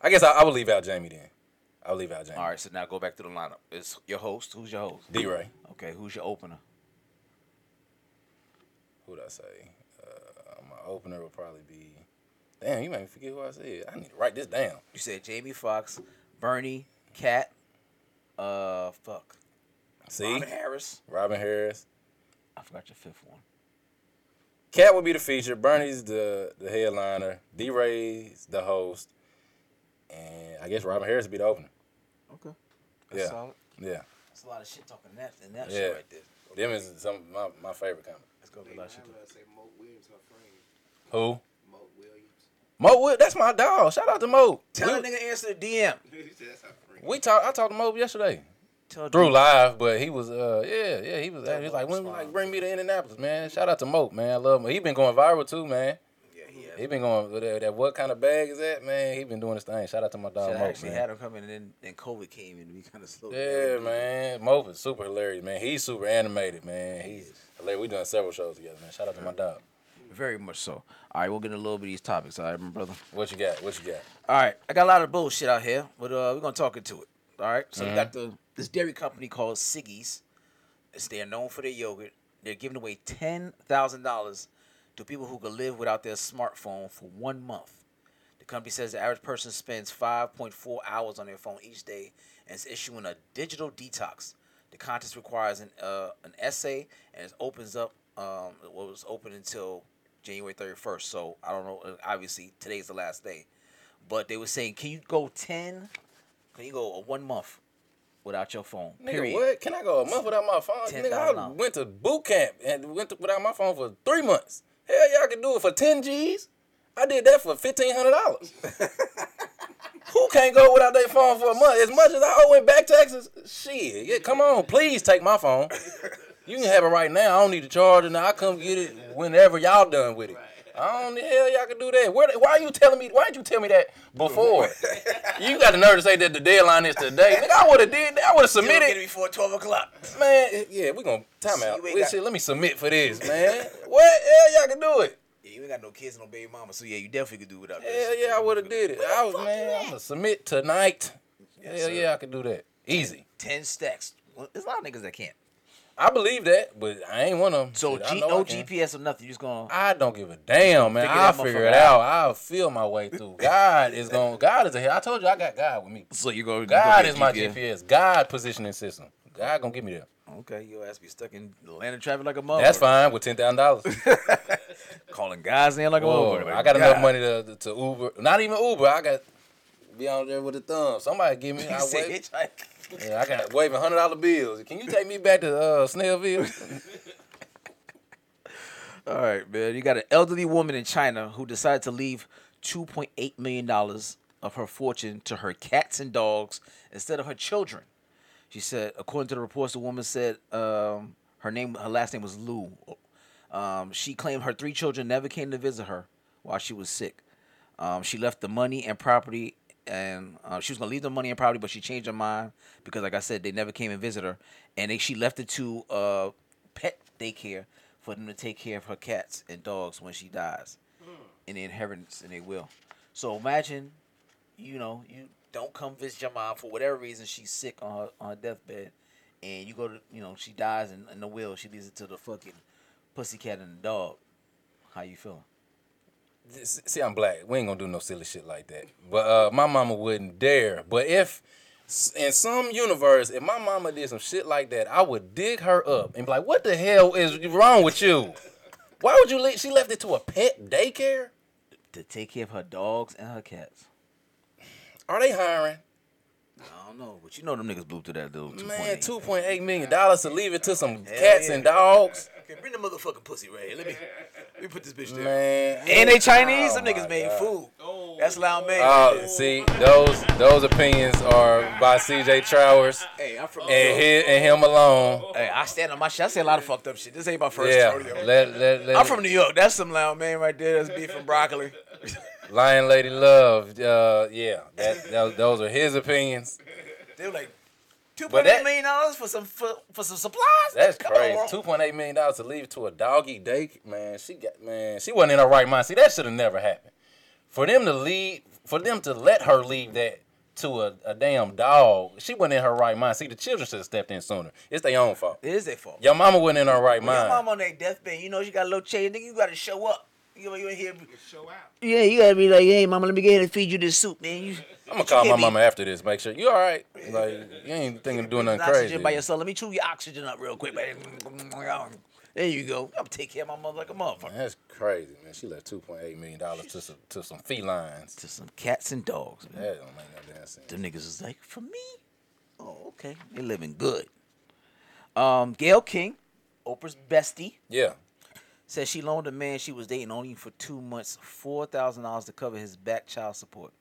S3: I guess I, I would leave out Jamie then. I would leave out Jamie.
S2: All right, so now go back to the lineup. It's your host. Who's your host?
S3: D Ray.
S2: Okay, who's your opener?
S3: who'd I say? Uh, my opener would probably be. Damn, you made me forget who I said. I need to write this down.
S2: You said Jamie Foxx, Bernie, Cat, uh, fuck,
S3: See,
S2: Robin Harris.
S3: Robin Harris.
S2: I forgot your fifth one.
S3: Cat would be the feature. Bernie's the the headliner. D Ray's the host, and I guess Robin Harris would be the opener.
S5: Okay.
S2: That's
S3: Yeah.
S2: solid.
S3: Yeah,
S2: That's a lot of shit talking in that in that
S3: Yeah.
S2: shit right there.
S3: them is some of my, my favorite comic.
S2: It's gonna be
S4: They
S2: a lot of shit.
S4: might as well say Mo Williams, my friend.
S3: Who?
S4: Mo Williams.
S3: Mo Wood. That's my dog. Shout out to Mo.
S2: Tell a
S3: we,
S2: nigga answer the DM.
S4: he said that's our friend.
S3: we talked. I talked to Mo yesterday
S2: Tell
S3: through
S2: dude-
S3: live, but he was uh yeah yeah he was
S2: That
S3: he was
S2: Mo
S3: like
S2: was
S3: when like
S2: fine.
S3: bring me to Indianapolis man. Shout out to Mo man. I love him. He been going viral too man.
S2: Yeah, he had.
S3: He been going with that, that what kind of bag is that, man? He been doing his thing. Shout out to my dog
S2: Shit, I
S3: Mo,
S2: actually
S3: man.
S2: had him coming, and then, then COVID came, and we kind of slowed.
S3: yeah,
S2: down.
S3: man. Mo is super hilarious, man. He's super animated, man. He's hilarious. We done several shows together, man. Shout out to my dog.
S2: Very much so. All right, we'll get into a little bit of these topics. All right, my brother.
S3: What you got? What you got?
S2: All right, I got a lot of bullshit out here, but uh, we're gonna talk into it. All right, so we got the this dairy company called Siggy's. It's they're known for their yogurt. They're giving away ten thousand dollars to people who can live without their smartphone for one month. The company says the average person spends five point four hours on their phone each day and is issuing a digital detox. The contest requires an uh, an essay, and it opens up. Um, it was open until January thirty first. So I don't know. uh, Obviously, today's the last day, but they were saying, can you go ten? Can you go one month without your phone?
S3: Nigga,
S2: period.
S3: what? Can I go a month without my phone?
S2: Ten
S3: Nigga, I
S2: thousand dollars.
S3: went to boot camp and went to, without my phone for three months. Hell yeah, I could do it for ten G's. I did that for fifteen hundred dollars. Who can't go without their phone for a month? As much as I owe in back taxes, shit. Yeah, come on, please take my phone. You can have it right now. I don't need to charge it now. I come get it whenever y'all done with it. I don't hell y'all can do that. Where, why you telling me? Why did you tell me that before? you got the nerve to say that the deadline is today. Nigga, I would have did that. I would have
S2: You don't
S3: submitted.
S2: get it before twelve o'clock.
S3: Man, yeah, we gonna time
S2: See,
S3: out.
S2: you ain't
S3: Wait,
S2: got-
S3: shit, let me submit for this, man. what? Hell, y'all can do it.
S2: Yeah, you ain't got no kids, no baby mama, so yeah, you definitely could do without this.
S3: Hell yeah, I would have did it. I was man, I'm gonna submit tonight. Hell yeah, I can do that. Easy.
S2: Ten stacks. Well, there's a lot of niggas that can't.
S3: I believe that, but I ain't one of them.
S2: So
S3: Shit, I
S2: G-
S3: know
S2: no
S3: I can.
S2: GPS or nothing. You just gonna
S3: I don't give a damn, man.
S2: Figure
S3: I'll
S2: that
S3: figure
S2: motherfucker
S3: it out. I'll feel my way through. God is going. God is ahead. I told you, I got God with me.
S2: so you gonna you
S3: God
S2: gonna
S3: is
S2: get
S3: my GPS. God positioning system. God gonna get me there.
S2: Okay, your ass be stuck in Atlanta traffic like a mother.
S3: That's fine with ten thousand dollars.
S2: Calling guys in like a
S3: Whoa,
S2: mother.
S3: I got enough money to, to Uber. Not even Uber. I got be out there with a thumb. Somebody give me. I, wave, yeah, I got waving hundred dollar bills. Can you take me back to uh, Snellville?
S2: All right, man. You got an elderly woman in China who decided to leave 2.8 million dollars of her fortune to her cats and dogs instead of her children. She said, according to the reports, the woman said um, her name, her last name was Lou. Um, she claimed her three children never came to visit her while she was sick. Um, she left the money and property, and uh, she was gonna leave the money and property, but she changed her mind because, like I said, they never came and visit her, and they, she left it to uh, pet daycare for them to take care of her cats and dogs when she dies, in the inheritance and they will. So imagine you know, you don't come visit your mom for whatever reason she's sick on her on her deathbed, and you go to you know she dies in, in the will. She leaves it to the fucking pussycat and the dog. How you feeling?
S3: See, I'm black. We ain't gonna do no silly shit like that. But uh, my mama wouldn't dare. But if in some universe, if my mama did some shit like that, I would dig her up and be like, "What the hell is wrong with you? Why would you leave? She left it to a pet daycare.
S2: To take care of her dogs and her cats.
S3: Are they hiring?"
S2: I don't know, but you know them niggas blew through that little two
S3: Man,
S2: point.
S3: two point eight million dollars to leave it to some cats and dogs.
S2: Okay, bring the motherfucking pussy right here. Let me let me put this bitch
S3: Man,
S2: And they Chinese.
S3: Oh
S2: them niggas
S3: my
S2: made
S3: God.
S2: food. That's loud man.
S3: Oh, see, those those opinions are by C.J. Trowers
S5: Hey, I'm from.
S3: and him, and him alone.
S2: hey, I stand on my shit. I say a lot of fucked up shit. This ain't my first
S3: Yeah,
S2: rodeo.
S3: let, let, let
S2: I'm from New York. That's some loud man right there. That's beef and broccoli.
S3: Lion Lady Love. Uh, yeah, that, tho- those are his opinions.
S2: They were like two
S3: But
S2: point
S3: that-
S2: eight million dollars for some for, for some supplies.
S3: That's
S2: Come
S3: crazy.
S2: on.
S3: Two point eight million dollars to leave to a doggy day. Man, she got man. She wasn't in her right mind. See, that should have never happened. For them to leave, for them to let her leave that to a, a damn dog, she wasn't in her right mind. See, the children should have stepped in sooner. It's their own fault.
S2: It is their fault.
S3: Your mama wasn't in her right
S2: Your
S3: mind.
S2: mom on their deathbed, you know she got a little change. Nigga, you gotta show up. You know, you ain't here.
S4: Show out.
S2: Yeah, you gotta be like, hey, mama, let me get here and feed you this soup, man. You
S3: I'm gonna call
S2: You
S3: my
S2: can't be-
S3: mama after this. Make sure you all right. Like you ain't thinking of doing nothing
S2: oxygen
S3: crazy.
S2: by yourself. Let me chew your oxygen up real quick. man. There you go. I'm take care of my mother like a motherfucker.
S3: That's crazy, man. She left two point eight million dollars to some to some felines.
S2: To some cats and dogs, man.
S3: That don't make no damn sense.
S2: Them niggas is like, for me? Oh, okay. They living good. Um, Gail King, Oprah's bestie.
S3: Yeah.
S2: says she loaned a man she was dating only for two months four thousand dollars to cover his back child support.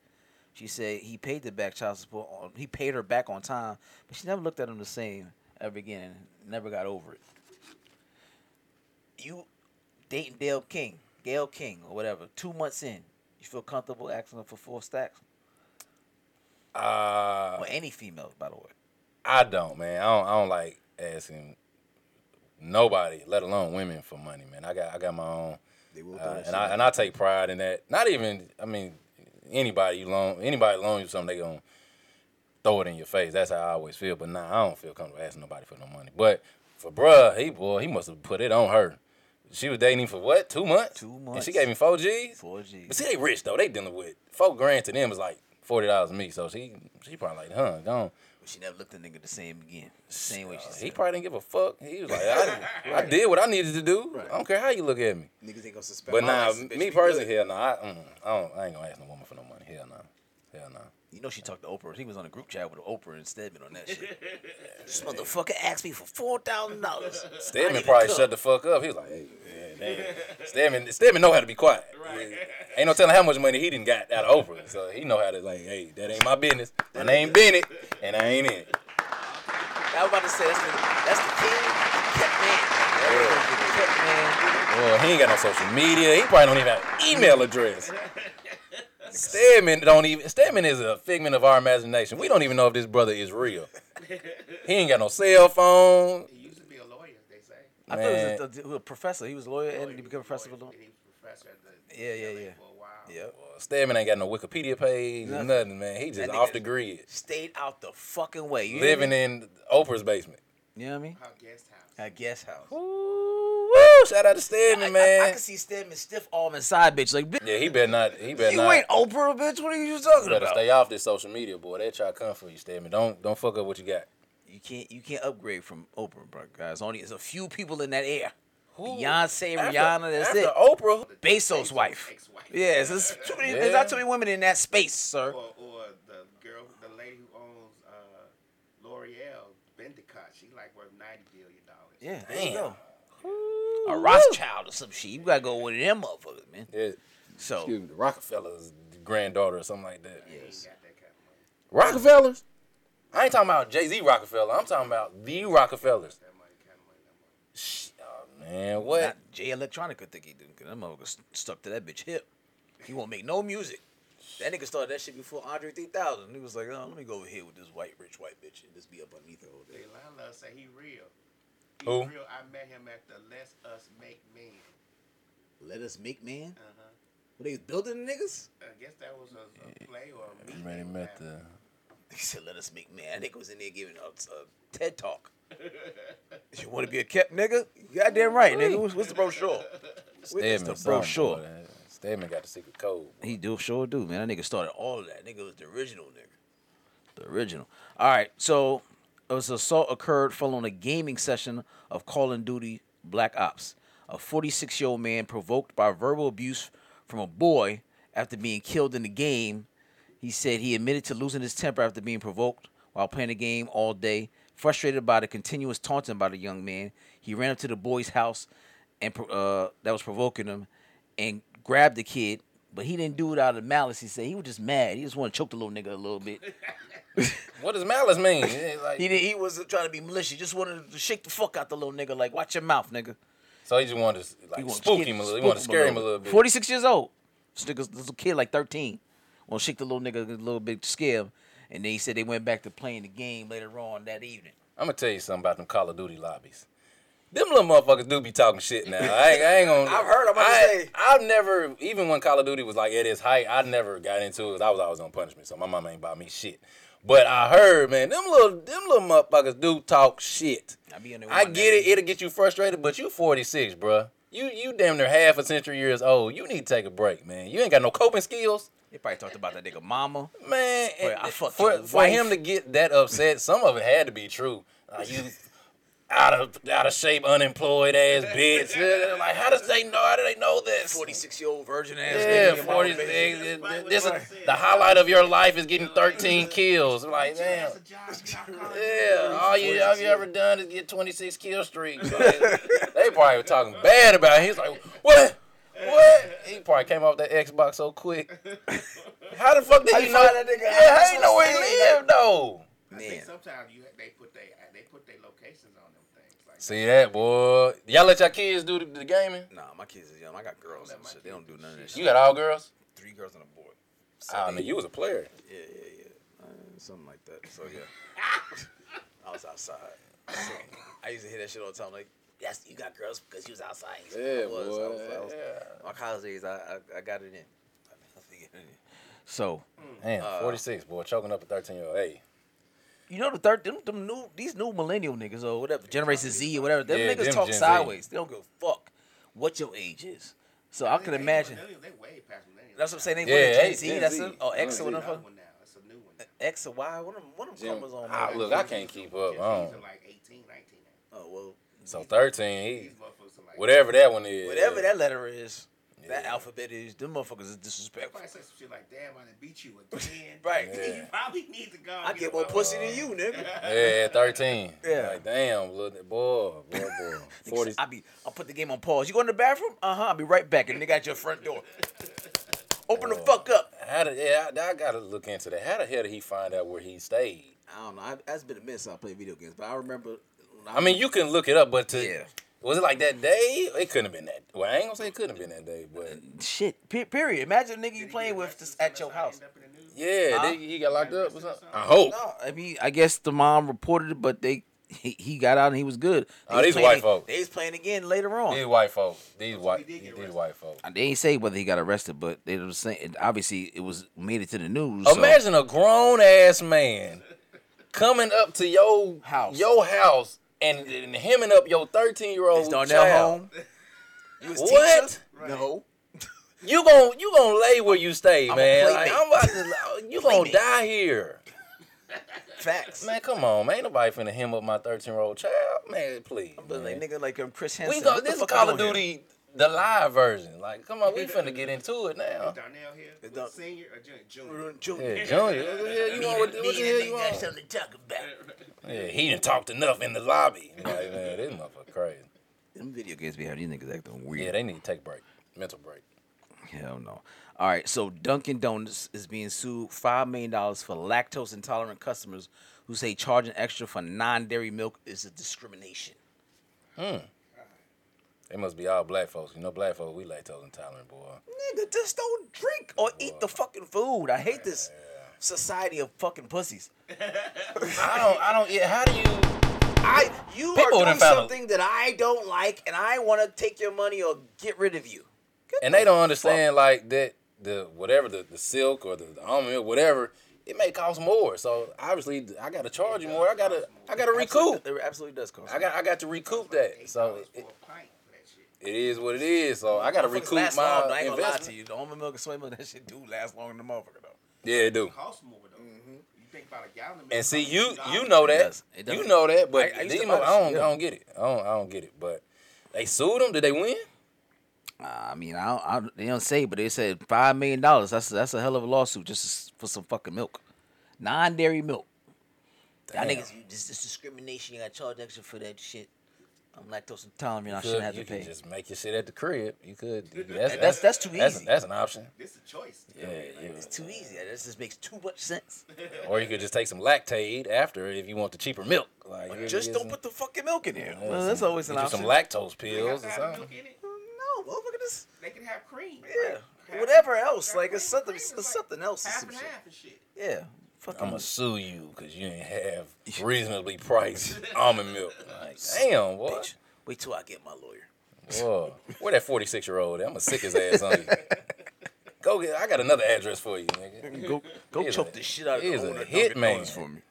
S2: She said he paid the back child support. On, he paid her back on time, but she never looked at him the same ever again. and Never got over it. You dating Dale King, Gail King, or whatever. Two months in, you feel comfortable asking her for four stacks
S3: Uh,
S2: or any female, by the way.
S3: I don't, man. I don't, I don't like asking nobody, let alone women, for money, man. I got I got my own,
S5: They will do
S3: uh,
S5: that
S3: and I
S5: shit.
S3: and I take pride in that. Not even, I mean, anybody you loan anybody loan you something, they gonna throw it in your face. That's how I always feel. But nah, I don't feel comfortable asking nobody for no money. But for bruh, he boy, he must have put it on her. She was dating him for what? Two months.
S2: Two
S3: And
S2: months.
S3: she gave me four G's.
S2: Four G.
S3: But see, they rich though. They dealing with four grand to them is like forty dollars to me. So she she probably like, huh, gone.
S2: She never looked at nigga the same again. Same way she
S3: Uh,
S2: said.
S3: he
S2: it.
S3: probably didn't give a fuck. He was like, I, I did what I needed to do. I don't care how you look at me.
S5: Niggas ain't gonna suspect.
S3: But
S5: my
S3: nah,
S5: license, bitch,
S3: me
S5: we
S3: personally,
S5: good.
S3: hell no. Nah, I, mm, I, don't, I ain't gonna ask no woman for no money. Hell no. Hell no.
S2: You know she talked to Oprah. He was on a group chat with Oprah and Stedman on that shit. this motherfucker asked me for four thousand dollars.
S3: Stedman probably shut the fuck up. He was like, hey, yeah, damn. Stedman, Stedman know how to be quiet.
S4: Right.
S3: Ain't no telling how much money he didn't got out of Oprah. So he know how to like, hey, that ain't my business. My name Bennett, and I ain't in it.
S2: I was about to say that's the, that's the king, kept man. Kept man.
S3: Well, he ain't got no social media. He probably don't even have an email address. Stedman don't even. Stedman is a figment of our imagination. We don't even know if this brother is real. He ain't got no cell phone.
S4: He used to be a lawyer, they say.
S2: I thought
S3: Man.
S2: it was a, a, a professor. He was a lawyer and he
S4: Lawyer,
S2: became a professor for
S4: lawyer,
S2: law.
S4: and he was a professor at the
S2: Yeah, yeah,
S4: UCLA
S2: yeah.
S4: For a while.
S2: Yep.
S3: Stedman ain't got no Wikipedia page, nothing,
S2: Nothing.
S3: man. He just
S2: That
S3: off
S2: nigga-
S3: the grid,
S2: Stayed out the fucking way. You hear
S3: living
S2: me?
S3: in Oprah's basement.
S2: You know what I mean?
S4: Her guest house.
S2: At guest house.
S3: Ooh, woo, shout out to
S2: I,
S3: Stedman,
S2: I,
S3: man.
S2: I can see Stedman stiff arm and side bitch like bitch.
S3: yeah, he better not. He better
S2: You
S3: not.
S2: ain't Oprah, bitch. What are you talking
S3: better
S2: about?
S3: stay off this social media, boy. They try to come for you, Stedman. Don't don't fuck up what you got.
S2: You can't you can't upgrade from Oprah, bro, guys. Only there's a few people in that air.
S3: Who-
S2: Beyonce,
S3: after-
S2: Rihanna, that's
S3: after
S2: it.
S3: Oprah,
S2: Bezos' wife.
S4: Ex-wife.
S2: Yes, there's too many. There's
S3: Yeah.
S2: not too many women in that space, sir.
S4: Or, or the girl, the lady who owns uh, L'Oreal, Bendicott. She like worth ninety billion dollars.
S2: Yeah, there you
S3: Damn.
S2: go. A Rothschild or some shit. You gotta go with them motherfuckers, man.
S3: Yeah.
S2: So
S3: Excuse me, the Rockefeller's granddaughter or something like that.
S4: He ain't got that kind of money.
S3: Rockefellers? I ain't talking about Jay Z Rockefeller. I'm talking about the Rockefellers.
S4: That money, kind of money, that money.
S3: Sh- Oh, man, what?
S2: not Jay Electronica think he do, cause that motherfucker st- stuck to that bitch hip. He won't make no music. That nigga started that shit before Andre 3000. He was like, oh, let me go over here with this white, rich, white bitch and just be up underneath her all day.
S4: They lie, love say he real. He
S3: Who?
S4: real. I met him at the Let's Us Make Men.
S2: Let us make man.
S4: Uh huh.
S2: What they was building the niggas?
S4: I guess that was a, a play or a
S3: You
S4: meeting.
S3: already met
S4: that-
S3: the.
S2: He said, "Let us make man." That nigga was in there giving us a TED talk. you want to be a kept nigga? You Goddamn right, nigga. What's, what's the brochure? Where's
S3: Stedman,
S2: the brochure?
S3: something, boy. Stedman got the secret code.
S2: He do sure do, man. That nigga started all of that. Nigga was the original nigga. The original. All right, so it was assault occurred following a gaming session of Call of Duty Black Ops. A 46 year old man provoked by verbal abuse from a boy after being killed in the game. He said he admitted to losing his temper after being provoked while playing the game all day. Frustrated by the continuous taunting by the young man, he ran up to the boy's house and pro- uh, that was provoking him and grabbed the kid, but he didn't do it out of malice. He said he was just mad. He just wanted to choke the little nigga a little bit.
S3: What does malice mean? It's like-
S2: He did, he was trying to be malicious. Just wanted to shake the fuck out the little nigga. Like, watch your mouth, nigga.
S3: so he just wanted to like,
S2: He wanted
S3: spook
S2: kid-
S3: him a little. He
S2: spook
S3: wanted to scare him a little bit.
S2: Forty six years old. This nigga's this little kid like thirteen. Want to shake the little nigga a little bit, scare him. And then he said they went back to playing the game later on that evening.
S3: I'm gonna tell you something about them Call of Duty lobbies. Them little motherfuckers do be talking shit now. I ain't, I ain't gonna.
S5: I've heard 'em, I'm
S3: I,
S5: just saying.
S3: I've never, even when Call of Duty was like at its height, I never got into it. 'cause I was always on punishment, so my mama ain't bought me shit. But I heard, man, them little, them little motherfuckers do talk shit.
S2: I be in there. with
S3: I
S2: my
S3: get it.
S2: nephew.
S3: It'll get you frustrated, but you 46, bruh. You you damn near half a century years old. You need to take a break, man. You ain't got no coping skills,
S2: They probably talked about that nigga mama.
S3: man.
S2: Boy,
S3: and
S2: I fucked
S3: for,
S2: your
S3: for
S2: wife.
S3: him to get that upset, some of it had to be true. Like, you out of out of shape, unemployed ass bitch. Yeah, Like how does they know? How do they know this?
S2: Forty six year old virgin ass.
S3: Yeah,
S2: nigga,
S3: 40.
S2: mama, bitch.
S3: This this is the highlight of your life is getting 13 kills. Like damn.
S4: That's a job. y'all call it.
S3: Yeah, all you all you ever done is get 26 kill streaks. Like, they probably were talking bad about him. He's like, what? What? He probably came off that Xbox so quick. How the fuck did he
S2: you
S3: know?
S2: find that nigga?
S3: Yeah,
S2: That's
S3: how you know
S2: what
S3: where
S2: I'm
S3: he
S2: saying.
S3: lived though?
S4: I think
S2: Man.
S4: sometimes you they put they they put their locations on them things. Like
S3: See that boy? Y'all let your kids do the, the gaming?
S2: Nah, my kids is young. I got girls and shit. They don't do none of that
S3: You
S2: shit.
S3: got all girls?
S2: Three girls on a boy.
S3: I don't know. You was a player.
S2: Yeah, yeah, yeah. Uh, something like that. So yeah. I was outside. So, I used to hear that shit all the time. Like, yes, you got girls because you was outside. He's like, I was, I was, I was. My college days, I, I, I got it in. I definitely got it in. So
S3: Damn,
S2: Uh,
S3: 46 boy, choking up a 13 year old. Hey,
S2: you know the third them, them new these new millennial niggas or whatever Generation Z or whatever them
S3: Yeah,
S2: niggas
S3: them
S2: talk
S3: Gen Z.
S2: sideways. They don't give a fuck what your age is. So I could
S4: They- they-
S2: imagine.
S4: They, they way past millennials.
S2: That's what I'm saying. They
S3: Yeah,
S2: yeah,
S3: hey,
S2: Gen Z.
S3: Gen
S2: that's
S3: Z.
S2: it. Or X or
S4: It's
S2: whatever.
S4: another one now. It's a new one now.
S2: X or Y. One of them, one of them
S5: Jim,
S2: covers on.
S3: I-
S2: there.
S3: Ah, look, I can't keep up.
S4: Jim
S3: I
S4: Keys
S3: don't-
S4: are like 18, 19 now.
S5: Oh well,
S3: So 13, he,
S4: These motherfuckers are like.
S3: whatever that one is.
S2: Whatever that letter is, that
S3: Yeah.
S2: alphabet is. Them motherfuckers is
S4: That
S2: disrespectful.
S4: probably said some shit like, damn, I done beat you again.
S2: Right.
S3: Yeah.
S4: you probably need to go.
S2: I
S4: and
S2: get
S4: a
S2: more
S4: motherfucker.
S2: pussy than you, nigga.
S3: Yeah, 13.
S2: Yeah.
S3: Like, damn, little boy, boy, boy. 40.
S2: I be, I'll put the game on pause. You going to the bathroom? Uh huh. I'll be right back. And nigga at your front door. Open the fuck up.
S3: How did, yeah, I, I gotta look into that. How the hell did he find out where he stayed?
S5: I don't know. I, that's been a minute since I played video games, but I remember. when
S3: I mean, you can look it up, but to,
S2: Yeah.
S3: was it like that day? It couldn't have been that. Well, I ain't gonna say it couldn't have been that day, but
S2: Shit. Pe- period. Imagine a nigga you
S4: Did he
S2: playing
S4: get
S2: with
S4: arrested
S2: this
S4: so
S2: at
S4: that's
S2: your
S4: how he
S2: house.
S4: end up in the news?
S3: yeah,
S2: Huh?
S3: they, he got locked up or something. I
S4: No,
S3: hope.
S2: No, I mean, I guess the mom reported it, but they he, he got out and he was good.
S3: Oh,
S2: was
S3: these
S2: playing
S3: white
S2: it-
S3: folk.
S2: They was playing again later on.
S3: These white folk, these white,
S4: did get
S3: these
S4: arrested.
S3: white folk.
S2: They ain't say whether he got arrested, but they was saying and obviously it was made it to the news. so-
S3: Imagine a grown ass man coming up to your
S2: House.
S3: your house, and, and hemming up your thirteen year
S2: Is
S3: old
S2: Darnell
S3: child.
S2: home? You was
S3: What?
S2: teacher?
S4: Right.
S2: No.
S3: You gon' you gon' lay where you stay,
S2: I'm a
S3: man. Like,
S2: playmate.
S3: I'm about to, you gon'
S2: Playmate.
S3: die here,
S2: Facts.
S3: man. Come on, man. Ain't nobody finna hem up my thirteen year old child, man. Please,
S2: But like
S3: man.
S2: nigga like um, Chris Henson.
S3: we go.
S2: what the
S3: This is
S2: fuck
S3: Call
S2: I
S3: of
S2: know him?
S3: Duty, the live version. Like, come on, we finna get into it now.
S4: Is Darnell here? Was
S2: Dar-
S4: senior or junior?
S2: We're
S4: Junior.
S2: in June.
S3: Yeah, Junior, what the hell you want? What the what the hell you want?
S2: something to talk about.
S3: Yeah, he done talked enough in the lobby. Like, man, this motherfucker crazy.
S2: Them video games we have, these niggas acting weird.
S3: Yeah, they need to take a break. Mental break.
S2: Hell no. All right, so Dunkin' Donuts is being sued five million dollars for lactose intolerant customers who say charging extra for non-dairy milk is a discrimination.
S3: They must be all black folks. You know, black folks, we lactose intolerant, boy.
S2: Nigga, just don't drink or eat the fucking food. I hate this society of fucking pussies.
S3: I don't, I don't, yeah, how do you,
S2: I you
S3: People
S2: are
S3: done
S2: doing
S3: found-
S2: something that I don't like, and I want to take your money or get rid of you. Get
S3: and
S2: the
S3: they don't understand, like, that the, whatever, the, the silk or the, the almond milk, whatever, it may cost more. So, obviously, I got to charge you more. I got to, I got to recoup.
S2: Absolutely, it absolutely does cost.
S3: I got, I got to recoup that. So,
S4: for
S3: it,
S4: a pint for that shit.
S3: it is what it is. So, I got to
S2: Motherfuckers
S3: recoup
S2: last long, though. I
S3: my
S2: ain't gonna lie to
S3: investment.
S2: you. The almond milk and soy milk, that shit do last longer than the motherfucker though.
S3: Yeah, it do.
S4: Cost more though.
S2: Mm-hmm.
S4: You think about a gallon. of milk,
S3: And see,
S4: costs
S3: you
S4: $2.
S3: you know
S2: It
S3: that
S2: does. It does.
S3: you know that, but
S2: I- I used
S3: these
S2: to
S3: mo-
S2: buy that
S3: I
S2: shit,
S3: don't
S2: yeah.
S3: I don't get it. I don't I don't get it. But they sued them. Did they win?
S2: I mean, I don't, I don't, they don't say, but they said five million dollars. That's that's a hell of a lawsuit just for some fucking milk, non-dairy milk. Y'all
S3: Damn.
S2: niggas, this, this discrimination. You got charged extra for that shit. I'm lactose intolerant. I
S3: Could-
S2: shouldn't have
S3: you
S2: to
S3: could
S2: pay.
S3: just make your shit at the crib. You could. you-
S4: That's-
S3: That's
S2: that's too easy.
S3: That's an option.
S4: This is a choice.
S3: Yeah, yeah.
S2: It's too easy. This just makes too much sense.
S3: Or you could just take some lactaid after if you want the cheaper milk. Like you
S2: Just
S3: get
S2: don't
S3: some-
S2: put the fucking milk in there.
S3: yeah,
S2: Well,
S3: some-
S2: that's always an
S3: get you
S2: option. Mm,
S3: Some lactose
S4: They have
S3: pills
S4: to
S3: or
S4: have
S3: something.
S4: milk in it.
S2: no, well, look at this.
S4: They can have cream.
S2: Yeah,
S4: right? Half-
S2: whatever else.
S4: half
S2: Like it's
S4: cream,
S2: something,
S4: cream is
S2: it's
S4: like
S2: something else. or
S4: Half
S2: some
S4: and
S2: shit.
S4: half and shit.
S2: Yeah, fucking.
S3: I'ma sue you because you ain't have reasonably priced almond milk. Like, damn, boy.
S2: bitch. Wait till I get my lawyer.
S3: Whoa. Where that 46 year old? at? I'ma sick his ass on you. Go get. I got another address for you, nigga.
S2: Go, go
S3: He's
S2: choke
S3: a-
S2: the shit out of
S3: he's
S2: the
S3: a
S2: owner.
S3: hit
S2: Dunkin'
S3: man.
S2: Donuts for me.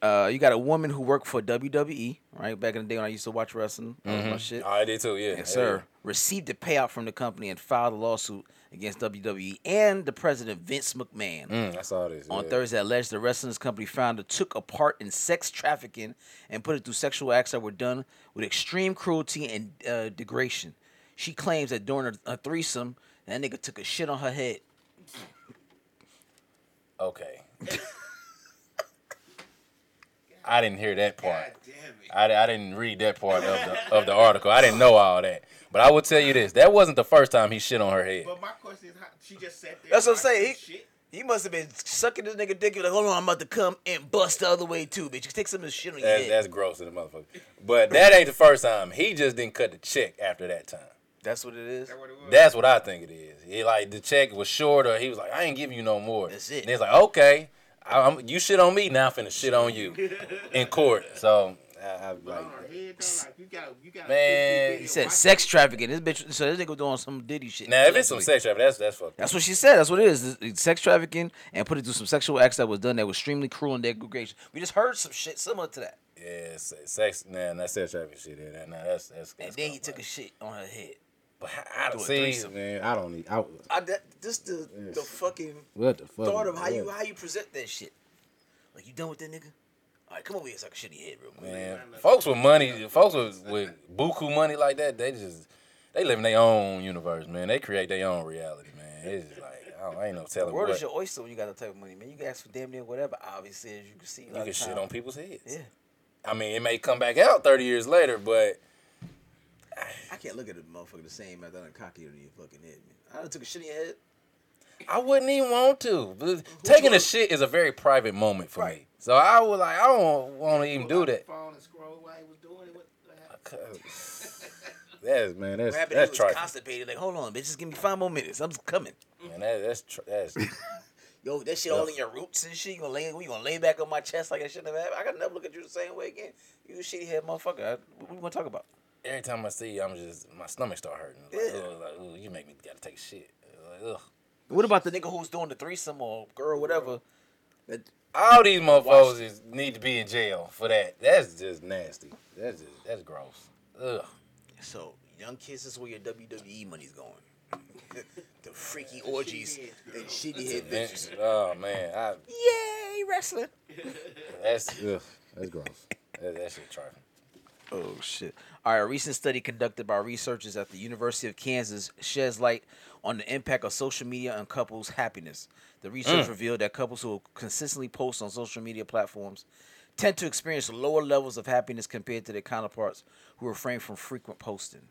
S2: Uh, you got a woman who worked for WWE, right? Back in the day when I used to watch wrestling, that was my shit.
S3: I did too. Yeah.
S2: Yes, sir. Received a payout from the company and filed a lawsuit against WWE and the president Vince McMahon.
S3: Yeah. Mm, I saw this.
S2: On
S3: yeah.
S2: Thursday, alleged the wrestling's company founder took a part in sex trafficking and put it through sexual acts that were done with extreme cruelty and uh, degradation. She claims that during a, a threesome, that nigga took a shit on her head.
S3: Okay. I didn't hear that
S4: God
S3: part.
S4: damn it.
S3: I, I didn't read that part of the, of the article. I didn't know all that. But I will tell you this: that wasn't the first time he shit on her head.
S4: But my question is, how, she just sat there.
S2: That's what I'm
S4: watching
S2: saying.
S4: this
S2: He-
S4: Shit.
S2: He must have been sucking this nigga dick. He was like, hold on, I'm about to come and bust the other way too, bitch. You take some of this shit on your
S3: That's,
S2: head.
S3: that's gross to the motherfucker. But that ain't the first time. He just didn't cut the check after that time.
S2: That's what it is.
S4: That what it was.
S3: That's what I think it is. He like the check was short, or he was like, "I ain't giving you no more."
S2: That's it.
S3: And it's like, okay, I, I'm, you shit on me now. I'm finna shit on you in court. So I, I
S4: But
S3: like
S4: on her head though, like you got, you got.
S3: Man,
S2: He said sex trafficking. This bitch, so this nigga doing some Diddy shit.
S3: now if it's some
S2: allegedly.
S3: sex trafficking, that's that's fucked. up.
S2: That's what she said. That's what it is. It's Sex trafficking and put it through some sexual acts that was done that was extremely cruel and degradation. We just heard some shit similar to that.
S3: Yeah, se- sex. Nah, that sex trafficking shit. Yeah, that, nah, that's that's.
S2: And
S3: that's
S2: then he
S3: compromised.
S2: took a shit on her head. But h- how to do a
S3: See,
S2: threesome?
S3: man, I don't need. I,
S5: I that, just the the
S3: Yes.
S5: fucking
S3: what the fuck?
S5: thought of how you
S3: yeah.
S5: how you present
S2: That shit. Like you done with that nigga? All right, come over here so I can shit in your head real quick.
S3: Man, folks with money, folks with, with buku money like that, they just they live in their own universe, man. They create their own reality, man. It's just like I, don't, I ain't no
S2: The
S3: telling
S2: world
S3: what
S2: is your oyster when you got that type of money, man. You can ask for damn near whatever. Obviously, as you can see, a lot
S3: you
S2: of
S3: can shit
S2: time-
S3: on people's heads.
S2: Yeah,
S3: I mean, it may come back out thirty years later, but
S5: I can't look at a motherfucker the same after I done cocked it in your fucking head, man. I done took a shit in your head.
S3: I wouldn't even want to. But Taking a shit is a very private moment for me, so I would like I don't want to even do that.
S4: Phone and scroll while he was doing it. What, what happened?
S3: That's man, that's
S2: what happened? he
S3: that's
S2: was
S3: trifling.
S2: constipated. Like, hold on, bitch, just give me five more minutes. I'm coming.
S3: Man, that, that's tr- that's
S2: Yo, that shit all in your roots and shit. You gonna lay, you gonna lay back on my chest like I shouldn't have happened. I gotta never look at you the same way again. You a shitty head motherfucker. I, what we gonna talk about?
S3: every time I see you, I'm just my stomach start hurting. It's Like,
S2: Yeah.
S3: ugh, like, ooh, you make me gotta take a shit. Like, ugh.
S2: What about the nigga who's doing the threesome or girl, whatever?
S5: That,
S3: All these motherfuckers is, need to be in jail for that. That's just nasty. That's just that's gross. Ugh.
S2: So, young kids, this is where your WWE money's going. the freaky orgies.
S5: that shitty head
S3: Man,
S5: bitches.
S3: oh man, I,
S2: Yay, wrestling.
S3: that's ugh, that's gross. That, that shit trifling.
S2: Oh shit! All right, a recent study conducted by researchers at the University of Kansas sheds light on the impact of social media on couples' happiness. The research revealed that couples who consistently post on social media platforms tend to experience lower levels of happiness compared to their counterparts who refrain from frequent posting.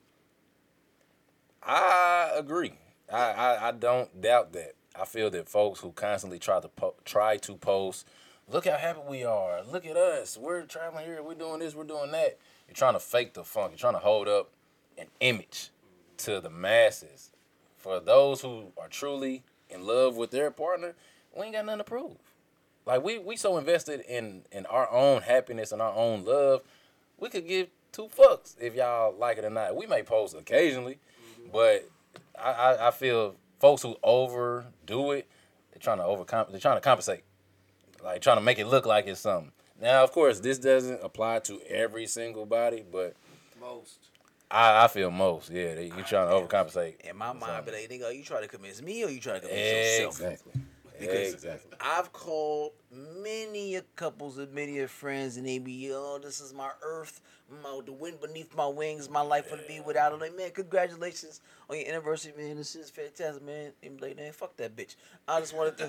S3: I agree. I, I, I don't doubt that. I feel that folks who constantly try to po- try to post, look how happy we are. Look at us. We're traveling here. We're doing this. We're doing that. You're trying to fake the funk. You're trying to hold up an image to the masses. For those who are truly in love with their partner, we ain't got nothing to prove. Like we we so invested in in our own happiness and our own love, we could give two fucks if y'all like it or not. We may post occasionally,
S2: Mm-hmm.
S3: but I, I, I feel folks who overdo it, they're trying to overcomp they're trying to compensate. Like trying to make it look like it's something. Now of course this doesn't apply to every single body, but
S4: Most.
S3: I, I feel most, yeah, they, you're trying to overcompensate.
S2: In my mind, but they think, "Oh, you try to convince me, or you try to convince yourself?"
S3: Exactly. Exactly.
S2: I've called many a couples and many a friends, and they be, oh, this is my earth, my, the wind beneath my wings, my life would be without it. Like, man, congratulations on your anniversary, man. This is fantastic, man. And be like, man, fuck that bitch. I just wanted to,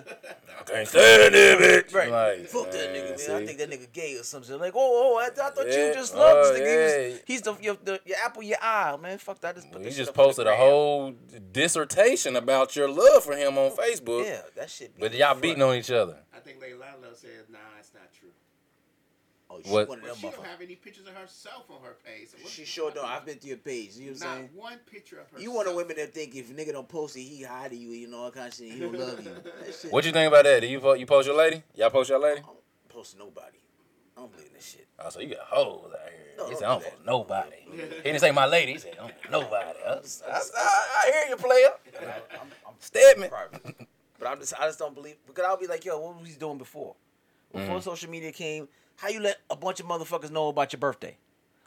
S3: I can't stand it, bitch.
S2: right?
S3: Like,
S2: fuck that
S3: man,
S2: nigga, man.
S3: see?
S2: I think that nigga gay or something. Like, oh, oh, I, I thought
S3: Yeah.
S2: you just loved
S3: Oh,
S2: this nigga. He
S3: yeah.
S2: was, he's the your, the your apple, your eye, man. Fuck that. I just put
S3: Well,
S2: that
S3: you
S2: shit
S3: just
S2: up on the
S3: posted a
S2: gram.
S3: whole dissertation about your love for him on Facebook,
S2: Yeah, that shit. be
S3: but y'all
S2: front.
S3: beating on each other.
S4: I think Lady Lila says, nah, it's not true.
S5: Oh, she
S3: What-
S5: one of
S4: But
S5: them
S4: she don't
S5: motherfuckers.
S4: have any pictures of herself on her page. So what
S5: She
S4: the
S5: sure
S4: fuck
S5: don't.
S4: is-
S5: I've been to your page. You know what I'm
S4: Not
S5: saying?
S4: one picture of herself.
S5: You one of the women that think if nigga don't post it, he high to you, you know, all kind of shit, he don't love you. That shit.
S3: What you think about that? Do you po- you post your lady? Y'all post your lady?
S5: I don't post nobody. I don't believe in that shit.
S3: Oh, so you got hoes out here.
S5: No,
S3: he said,
S5: don't
S3: I don't
S5: do
S3: post nobody. he didn't say my lady. He said, I don't post nobody. I, I, I- I hear you, player. Stedman.
S2: private. But I'm just, I just don't believe because I'll be like, yo, what was he doing before? Before social media came, how you let a bunch of motherfuckers know about your birthday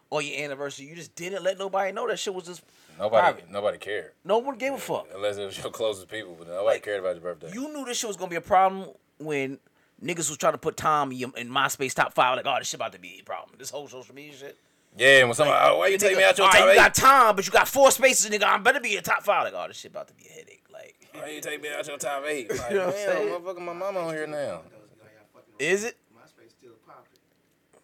S2: or your anniversary? You just didn't let nobody know. That shit was just
S3: Nobody,
S2: private.
S3: nobody cared.
S2: No one gave a fuck.
S3: Unless it was your closest people, but nobody
S2: Like,
S3: cared about your birthday.
S2: You knew this shit was gonna be a problem when niggas was trying to put Tom in in MySpace top five. Like, oh, this shit about to be a problem. This whole social media shit.
S3: yeah, and when somebody, oh, why you taking me out your
S2: All right,
S3: top
S2: you got
S3: eight?
S2: Tom, but you got four spaces, nigga. I better be a top five. Like, oh, this shit about to be a headache. Like,
S3: Why you taking me out your top eight? Like,
S2: You know what I'm
S3: damn,
S2: saying?
S3: motherfucker, my mama on here now.
S4: Those know y'all fucking
S2: is it?
S4: MySpace still popping.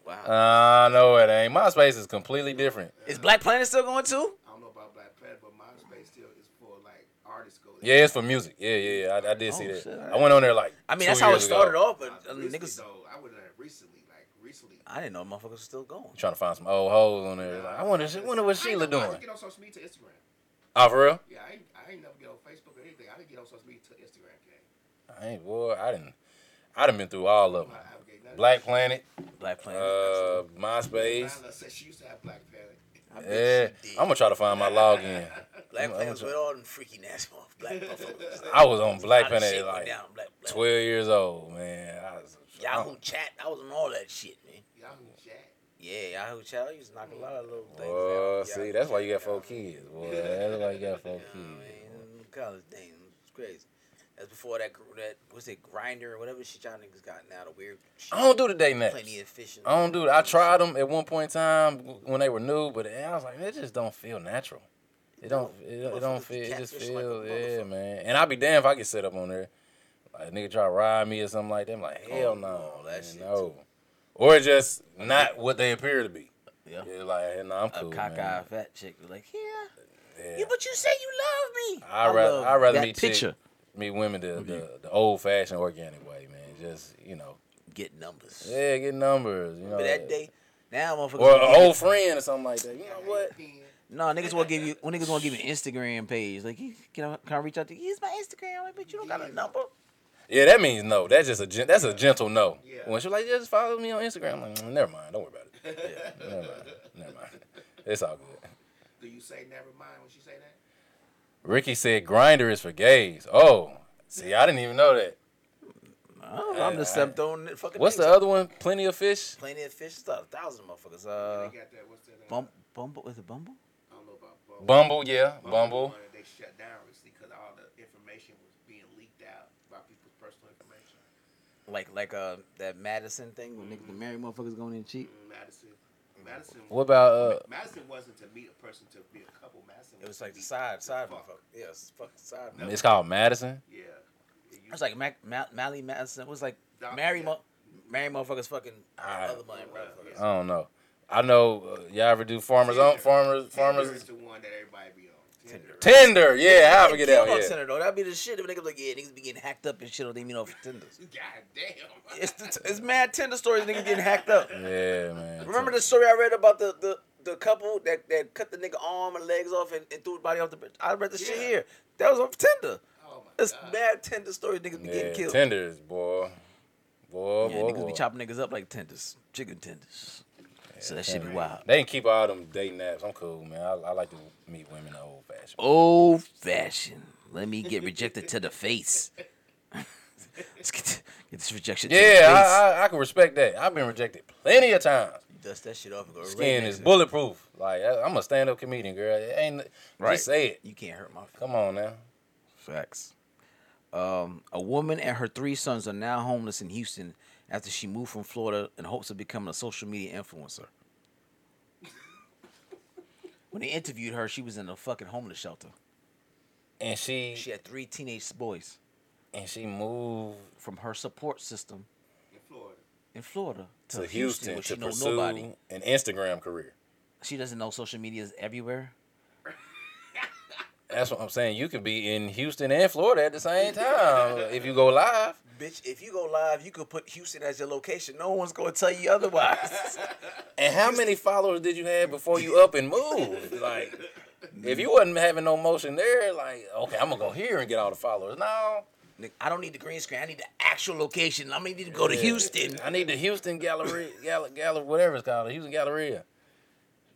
S2: Wow.
S3: Uh, no, it ain't. MySpace is completely different.
S2: Is Black Planet still going too?
S4: I don't know about Black Planet, but MySpace still is for like artists go there.
S3: Yeah, it's for music. Yeah, yeah, yeah. I, I did see
S2: Oh,
S3: that.
S2: shit,
S3: I went on there like.
S2: I mean,
S3: two
S2: that's how it
S3: years ago.
S2: started off, but
S4: But
S2: uh,
S4: recently,
S2: niggas.
S4: though, I would have recently, like recently.
S2: I didn't know motherfuckers were still going.
S3: Trying to find some old hoes on there. Like, I wonder, I wonder what
S4: I ain't
S3: Sheila
S4: never- I
S3: doing.
S4: didn't get on social media to Instagram.
S3: Oh, for real?
S4: Yeah, I ain't, I ain't never get on Facebook or anything. I didn't get on social media to Instagram. Gang.
S3: I ain't boy. I didn't. I done been through all of them.
S4: I, I get nothing.
S3: Black Planet,
S2: Black Planet.
S3: uh,
S4: Lila
S3: MySpace.
S4: said she used to have Black Planet.
S3: Yeah, I'm gonna try to find my login.
S2: Black
S3: I'ma-
S2: Planet
S3: I'ma
S2: was with all them freaky ass motherfuckers. Black motherfuckers.
S3: I was on Black
S2: How the shit
S3: Planet at
S2: went
S3: like
S2: down, Black, Black.
S3: 12 years old, man. I was, oh.
S2: Yahoo chat. I was on all that shit, man.
S4: Yahoo Chat.
S2: Yeah, Yahoo Child used to knock a lot of little things
S3: Well,
S2: out.
S3: see, that's why you got four kids. Boy, that's why you got four
S2: You know what I
S3: kids.
S2: mean? Them College things, it's crazy. That's before that gr- that what's it grinder or whatever shit y'all niggas got now the weird. Shit.
S3: I don't do the dating
S2: plenty
S3: apps.
S2: of fishing.
S3: I don't do it. I tried them at one point in time when they were new, but I was like, it just don't feel natural. It don't. It, it don't
S2: Motherfuckers
S3: feel. It just
S2: catfish like a
S3: feels. yeah,
S2: motherfucker.
S3: man. And I'd be damned if I get set up on there. Like a nigga try to ride me or something like that. I'm like, hell
S2: Oh,
S3: no,
S2: no, that
S3: man,
S2: shit
S3: no. Or just not what they appear to be.
S2: Yeah.
S3: Yeah, like, nah, I'm
S2: A
S3: cool, man.
S2: cockeyed fat chick be like, yeah,
S3: Yeah.
S2: yeah, but you say you love me.
S3: I rather I rather
S6: that
S3: meet chick-
S6: picture.
S3: meet women the, the, the old fashioned organic way, man. Just you know,
S2: Get numbers.
S3: yeah, oh. get numbers. You know,
S2: But that day, now motherfuckers.
S3: or
S2: will
S3: an
S2: give you-
S3: old friend or something like that. You know what?
S2: No, niggas will give you. When niggas want to give you an Instagram page, like, "You- can I, can I reach out to you? Here's my Instagram. I'm like, but you don't got a number.
S3: Yeah, that means no. That's just a gen- that's a gentle no.
S4: Yeah.
S3: When she's like, just follow me on Instagram, I'm like, "Mm, never mind, don't worry about it. Yeah, never mind, never mind. It's all good.
S4: Do you say never mind when she say that?
S3: Ricky said grinder is for gays. Oh, see, I didn't even know that.
S2: I don't know, I'm just I'm throwing the fucking.
S3: What's the
S2: names out.
S3: other one? Plenty of fish.
S2: Plenty of fish stuff. Thousand motherfuckers. Uh,
S4: they got that. What's that? uh,
S2: bump, bumble. Is it bumble?
S4: I don't know about Bumble.
S3: Bumble, yeah, Bumble.
S4: wanted- They shut down recently because all the information was being leaked out about people's personal information.
S2: Like, like uh, that Madison thing when niggas, the married motherfuckers going in cheap.
S4: Madison, Madison.
S3: What about uh?
S4: Madison wasn't to meet a person to be a couple. Madison.
S2: It was
S4: to
S2: like the
S4: meet
S2: side,
S4: to
S2: side
S4: fuck.
S2: motherfucker. Yeah, it's fucking side. motherfucker.
S3: It's called Madison.
S4: Yeah. It
S2: It was like Mac, Ma- Mally Madison. It was like
S4: Doc-
S2: married,
S4: yeah.
S2: mo- married motherfuckers fucking
S3: Alright.
S2: other money
S4: Right,
S2: motherfuckers.
S4: yeah.
S3: I don't know. I know uh, y'all ever do farmers on
S4: Tinder.
S3: farmers
S4: Tinder is
S3: farmers
S4: the one that everybody be on. Tinder.
S3: Tinder. Yeah, how I forget that.
S2: Kill
S3: one,
S2: on
S3: Yeah.
S2: Tinder though. That'd be the shit if niggas like, yeah, niggas be getting hacked up and shit on them, you know, for Tinders.
S4: God damn.
S2: It's, the it's mad Tinder stories niggas getting hacked up.
S3: Yeah, man.
S2: Remember the story I read about the, the, the couple that, that cut the nigga arm and legs off and, and threw his body off the bridge? I read the shit
S4: Yeah.
S2: here. That was on Tinder.
S4: oh my
S2: It's
S4: God.
S2: mad Tinder stories niggas be
S3: Yeah,
S2: getting killed.
S3: Tinder's boy, boy,
S2: yeah,
S3: boy,
S2: niggas
S3: boy.
S2: be chopping niggas up like tenders, chicken tenders. so that shit be wild.
S3: They can keep all them dating apps. I'm cool, man. I, I like to meet women old fashioned.
S2: Oh, old fashioned. Let me get rejected to the face. Let's get, th- get this rejection. to the
S3: Yeah,
S2: face.
S3: I, I I can respect that. I've been rejected plenty of times.
S2: dust that shit off and go.
S3: Skin
S2: right
S3: is
S2: next
S3: bulletproof. Like I, I'm a stand up comedian, girl. It ain't
S2: Right.
S3: just say it.
S2: to- You can't hurt my
S3: Come on now.
S2: facts. Um, a woman and her three sons are now homeless in Houston after she moved from Florida in hopes of becoming a social media influencer. when they interviewed her, she was in a fucking homeless shelter.
S3: And she,
S2: She had three teenage boys
S3: and she moved
S2: from her support system
S4: In Florida.
S2: in Florida
S3: to,
S2: to,
S3: Houston,
S2: where she
S3: to
S2: know
S3: pursue
S2: nobody.
S3: an Instagram career.
S2: she doesn't know social media is everywhere.
S3: That's what I'm saying. You could be in Houston and Florida at the same time if you go live.
S2: Bitch, if you go live, you could put Houston as your location. No one's gonna tell you otherwise.
S3: And how many followers did you have before you up and moved? Like, if you wasn't having no motion there, like, okay, I'm gonna go here and get all the followers. No,
S2: Nick, I don't need the green screen. I need the actual location. I'm gonna need to go to Houston.
S3: I need the Houston Gallery, Gall- Gall- whatever it's called, the Houston Galleria.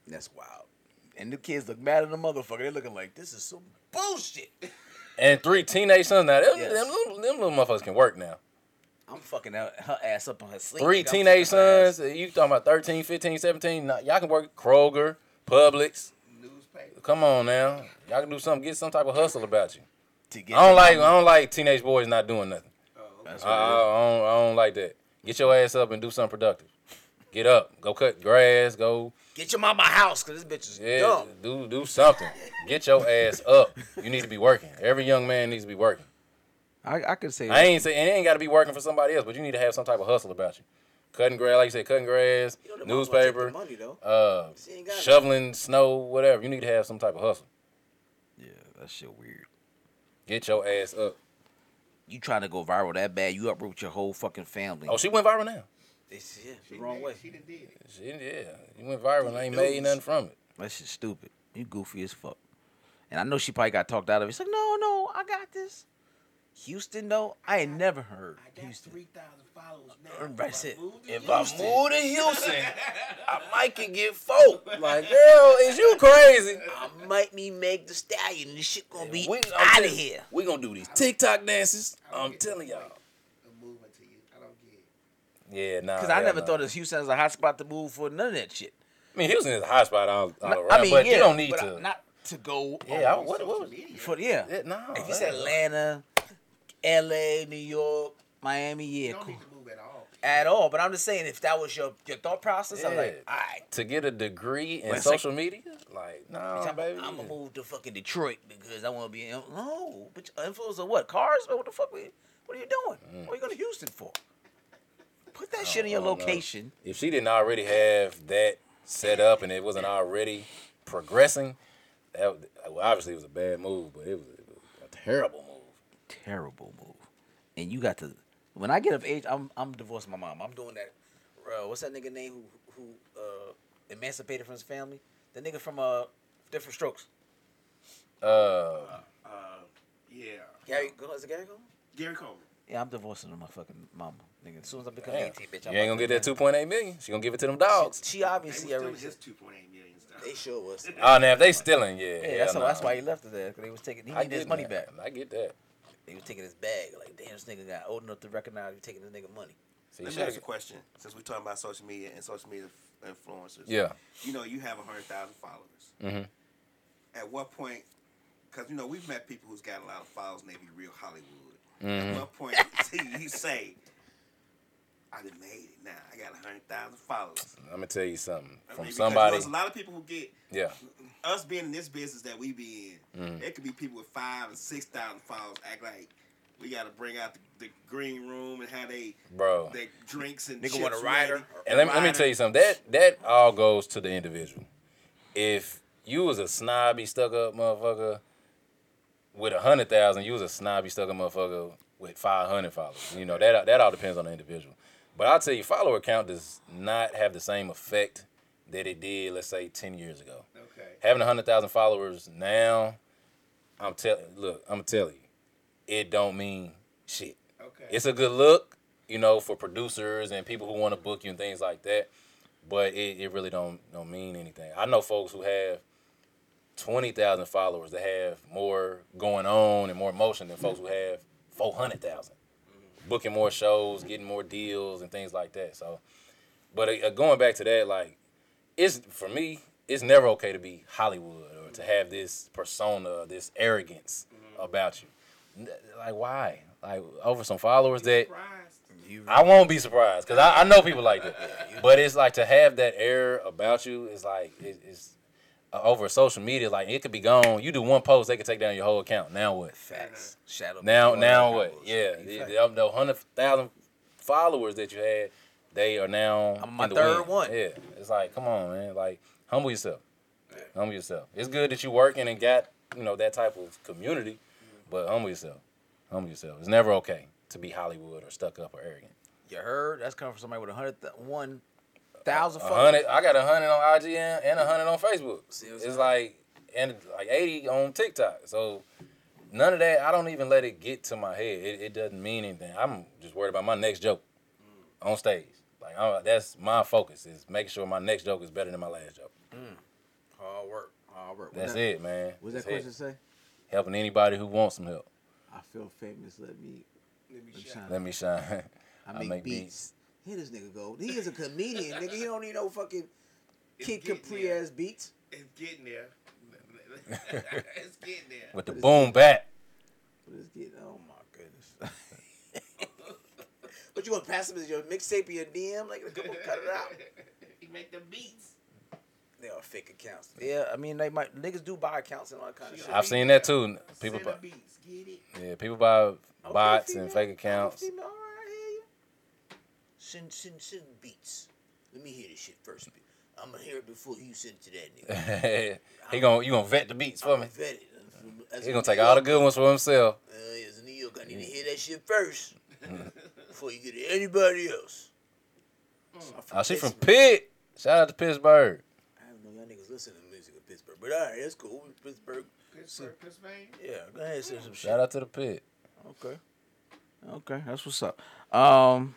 S2: That's wild. And the kids look mad at the motherfucker. They're looking like this is some bullshit.
S3: And three teenage sons. Now, them,
S2: Yes.
S3: them, little- them little motherfuckers can work now.
S2: I'm fucking out her ass up on her sleep.
S3: Three
S2: nigga. I'm
S3: teenage
S2: fucking her ass.
S3: sons. uh, You talking about 13, 15, 17? Nah, y'all can work Kroger, Publix.
S4: Newspaper.
S3: Come on now, y'all can do something. Get some type of hustle about you.
S2: To get
S3: I don't like I don't like teenage boys not doing nothing.
S4: Oh, okay.
S2: That's
S3: I,
S2: what it
S3: I,
S2: is.
S3: I don't, I don't like that. Get your ass up and do something productive. Get up, go cut grass, go
S2: Get your mama house because this bitch is
S3: yeah,
S2: dumb.
S3: do do something. Get your ass up. You need to be working. Every young man needs to be working.
S2: I, I could say
S3: I ain't saying it ain't got to be working for somebody else, but you need to have some type of hustle about you. Cutting grass, like you said, cutting grass,
S5: You know the mama's gonna take the
S3: newspaper,
S5: Money though.
S3: uh,
S5: She ain't got it.
S3: shoveling snow, whatever. You need to have some type of hustle.
S2: yeah, that shit weird.
S3: Get your ass up.
S2: You trying to go viral that bad? You uproot your whole fucking family.
S3: Oh, she went viral now.
S5: It's, yeah,
S4: She
S5: the wrong
S4: did-
S5: way.
S4: She done did it.
S3: She, yeah, you went viral and ain't made nothing from it.
S2: That shit's stupid. You goofy as fuck. And I know she probably got talked out of it. She's like, no, no, I got this. Houston, though, I ain't never heard
S4: I got
S2: Houston.
S4: 3,000 followers now.
S2: Uh,
S4: If
S2: that's
S4: I
S2: it.
S4: moved to
S3: If I
S4: Houston-
S3: move to Houston, I might could get folk. Like, girl, is you crazy?
S2: I might be Meg the Stallion. This shit gonna be
S3: We- I'm
S2: out
S3: telling-
S2: of here.
S3: We gonna do these TikTok dances. I'm telling y'all.
S4: I'm moving to you. I don't get it.
S3: Oh, Yeah, nah.
S2: Because I
S3: hell
S2: never
S3: nah.
S2: thought of Houston as a hot spot to move for none of that shit.
S3: I mean, Houston is a hot spot all, all
S2: Not-
S3: around, but you don't need
S2: but
S3: to.
S2: Not to go.
S3: yeah, I,
S2: on
S3: what, what
S4: Social
S3: was
S4: media.
S2: for yeah.
S3: it? No,
S2: If it's
S3: that-
S2: Atlanta, L.A., New York, Miami, yeah,
S4: You don't
S2: cool.
S4: need to move at all.
S2: At all, but I'm just saying, if that was your, your thought process, I'm like,
S3: Yeah.
S2: all right,
S3: to get a degree in
S2: Well, it's like-
S3: social media, like no, Oh, baby.
S2: I'm gonna move to fucking Detroit because I want to be in. No, but your influence of what? Cars? What the fuck? we- What are you doing? What are you going to Houston for? Put that shit in your
S3: Mm. I don't know.
S2: location.
S3: If she didn't already have that set up and it wasn't already progressing, that would- well, obviously it was a bad move, but it was, it was a terrible move.
S2: Terrible move. And you got to. When I get of age, I'm I'm divorcing my mom. I'm doing that. Uh, what's that nigga name who who uh, emancipated from his family? The nigga from uh Different Strokes.
S3: Uh,
S4: Uh, yeah.
S2: Gary, go- is it Gary Coleman?
S4: Gary Coleman.
S2: Yeah, I'm divorcing my fucking mama. Nigga, as soon as I become
S3: damn.
S2: 18, bitch,
S3: you
S2: I'm
S3: ain't
S2: out
S3: gonna get
S2: there.
S3: that 2.8 million. She gonna give it to them dogs.
S2: She obviously
S4: They
S2: already.
S4: was just 2.8 million stuff.
S5: They sure was.
S3: Oh, now if they stealing, yeah,
S2: Yeah, that's,
S3: hell
S2: why, that's
S3: nah.
S2: why he left it there. Cause they was taking he
S3: I
S2: needed
S3: get
S2: his money back.
S3: that. I get that.
S2: They was taking his bag. Like, damn, this nigga got old enough to recognize you taking this nigga money.
S3: See,
S4: Let me
S3: shoulda-
S4: ask you a question. Since we're talking about social media and social media influencers,
S3: yeah,
S4: you know you have hundred thousand followers.
S3: Mhm.
S4: At what point? Because you know we've met people who's got a lot of followers and they be real Hollywood.
S3: Mm-hmm.
S4: At what point do you say, "I done made it now. I got hundred thousand followers."
S3: I'm gonna tell you something
S4: I mean,
S3: from
S4: because, you know,
S3: somebody.
S4: there's a lot of people who get
S3: yeah,
S4: us being in this business that we be in.
S3: Mm.
S4: There could be people with five and six thousand followers act like we got to bring out the, the green room and how they
S3: bro.
S4: their drinks and
S2: Nigga
S4: chips
S2: want a rider.
S4: ready.
S3: And let me, let me tell you something. That that all goes to the individual. If you was a snobby stuck up motherfucker with a hundred thousand, you was a snobby stuck up motherfucker with five hundred followers. You know that that all depends on the individual. But I'll tell you, follower count does not have the same effect that it did, let's say, ten years ago.
S4: Okay.
S3: Having a hundred thousand followers now, I'm tell look, I'm gonna tell you, it don't mean shit
S4: Okay.
S3: it's a good look, you know, for producers and people who want to book you and things like that. But it, it really don't don't mean anything. I know folks who have twenty thousand followers that have more going on and more motion than folks who have four hundred thousand, booking more shows, getting more deals and things like that. So, but uh, going back to that, like, it's for me, it's never okay to be Hollywood or to have this persona, this arrogance about you. N- Like, why? Like over some followers that
S4: Surprised.
S2: You
S3: I won't be surprised because I, I know people like that. But it's like to have that air about you is like it, it's uh, over social media. Like it could be gone. You do one post, they could take down your whole account. Now what?
S2: facts. Shadow.
S3: Now
S2: people
S3: now
S2: are
S3: what?
S2: rebels.
S3: Yeah,
S2: You
S3: the,
S2: fact.
S3: the, the hundred thousand followers that you had, they are now.
S2: I'm my
S3: in the
S2: third
S3: wind.
S2: one.
S3: Yeah, it's like come on, man. Like humble yourself. Humble yourself. It's good that you working and got you know that type of community, but humble yourself. Humble yourself. It's never okay to be Hollywood or stuck up or arrogant.
S2: You heard? That's coming from somebody with a hundred th- one thousand.
S3: A
S2: followers.
S3: hundred. I got a hundred on IG and, and a hundred on Facebook.
S5: See what I'm
S3: It's
S5: saying?
S3: like and like eighty on TikTok. So none of that. I don't even let it get to my head. It, it doesn't mean anything. I'm just worried about my next joke
S5: Mm.
S3: on stage. Like I, that's my focus is making sure my next joke is better than my last joke.
S2: Hard work. Hard work.
S3: That's
S5: that-
S3: it, man.
S5: What's
S3: That's
S5: that
S3: it.
S5: question say?
S3: Helping anybody who wants some help.
S5: I feel famous. Let me.
S4: Let me
S5: Let me
S4: shout.
S5: shine.
S3: Let me shine.
S5: I
S3: I
S5: make,
S3: make
S5: beats. Here this nigga go. He is a comedian, nigga. He don't need no fucking
S4: It's
S5: Kid
S4: getting
S5: Capri
S4: there.
S5: ass beats.
S4: It's getting there. it's getting there.
S3: With the
S5: What is
S3: boom back.
S5: But it's getting oh my
S2: goodness.
S5: But you gonna pass him as your mixtape or your DM? Like come on, cut it out.
S4: he make the beats.
S5: They are fake accounts. man.
S2: yeah, I mean they might niggas do buy accounts and all that kind of
S4: She
S2: shit.
S4: a
S3: I've seen that too. People
S4: Send the
S3: buy,
S4: beats. Get it.
S3: yeah, people buy bots
S5: female.
S3: and fake accounts.
S5: Female, all right, I hear you.
S2: Send send send beats.
S5: Let me hear this shit first.
S2: I'm gonna hear it before you send to that nigga.
S3: he gonna you gonna vet the beats for me.
S2: Vet it. As
S3: He
S2: a
S3: gonna take
S2: New
S3: all the
S2: Yorker-
S3: good ones for himself.
S2: Uh, as a New York, I need to hear that shit first before you get to anybody else.
S5: I'm
S3: Oh, she from
S5: Pittsburgh.
S3: Pitt. Shout out to Pittsburgh.
S5: I don't know y'all niggas listen to music in Pittsburgh, but all right, that's cool. We Pittsburgh.
S4: Pittsburgh, Pennsylvania.
S2: Yeah, go ahead and send some shit.
S3: Shout out to the Pitt.
S2: Okay. Okay, that's what's up. Um,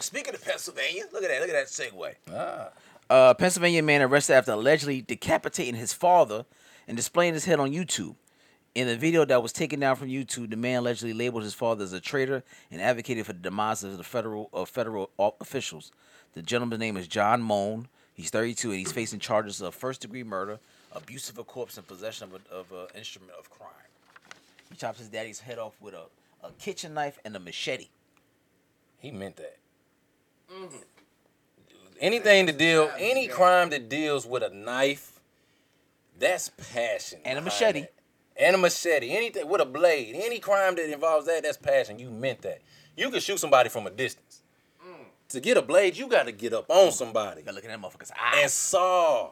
S5: Speaking of Pennsylvania, look at that. Look at that segue.
S3: Ah,
S2: a Pennsylvania man arrested after allegedly decapitating his father and displaying his head on YouTube. In a video that was taken down from YouTube, the man allegedly labeled his father as a traitor and advocated for the demise of the federal of federal o- officials. The gentleman's name is John Moan. He's 32 and he's facing charges of first degree murder, abuse of a corpse, and possession of an of a instrument of crime. He chops his daddy's head off with a, a kitchen knife and a machete.
S3: He meant that.
S2: Mm-hmm.
S3: Anything to deal, any crime that deals with a knife, that's passion.
S2: And a
S3: behind
S2: machete.
S3: that. And a machete. Anything with a blade. Any crime that involves that, that's passion. You meant that. You can shoot somebody from a distance.
S2: Mm.
S3: To get a blade, you got to get up on somebody
S2: Got looking at that motherfucker's
S3: and
S2: eyes.
S3: saw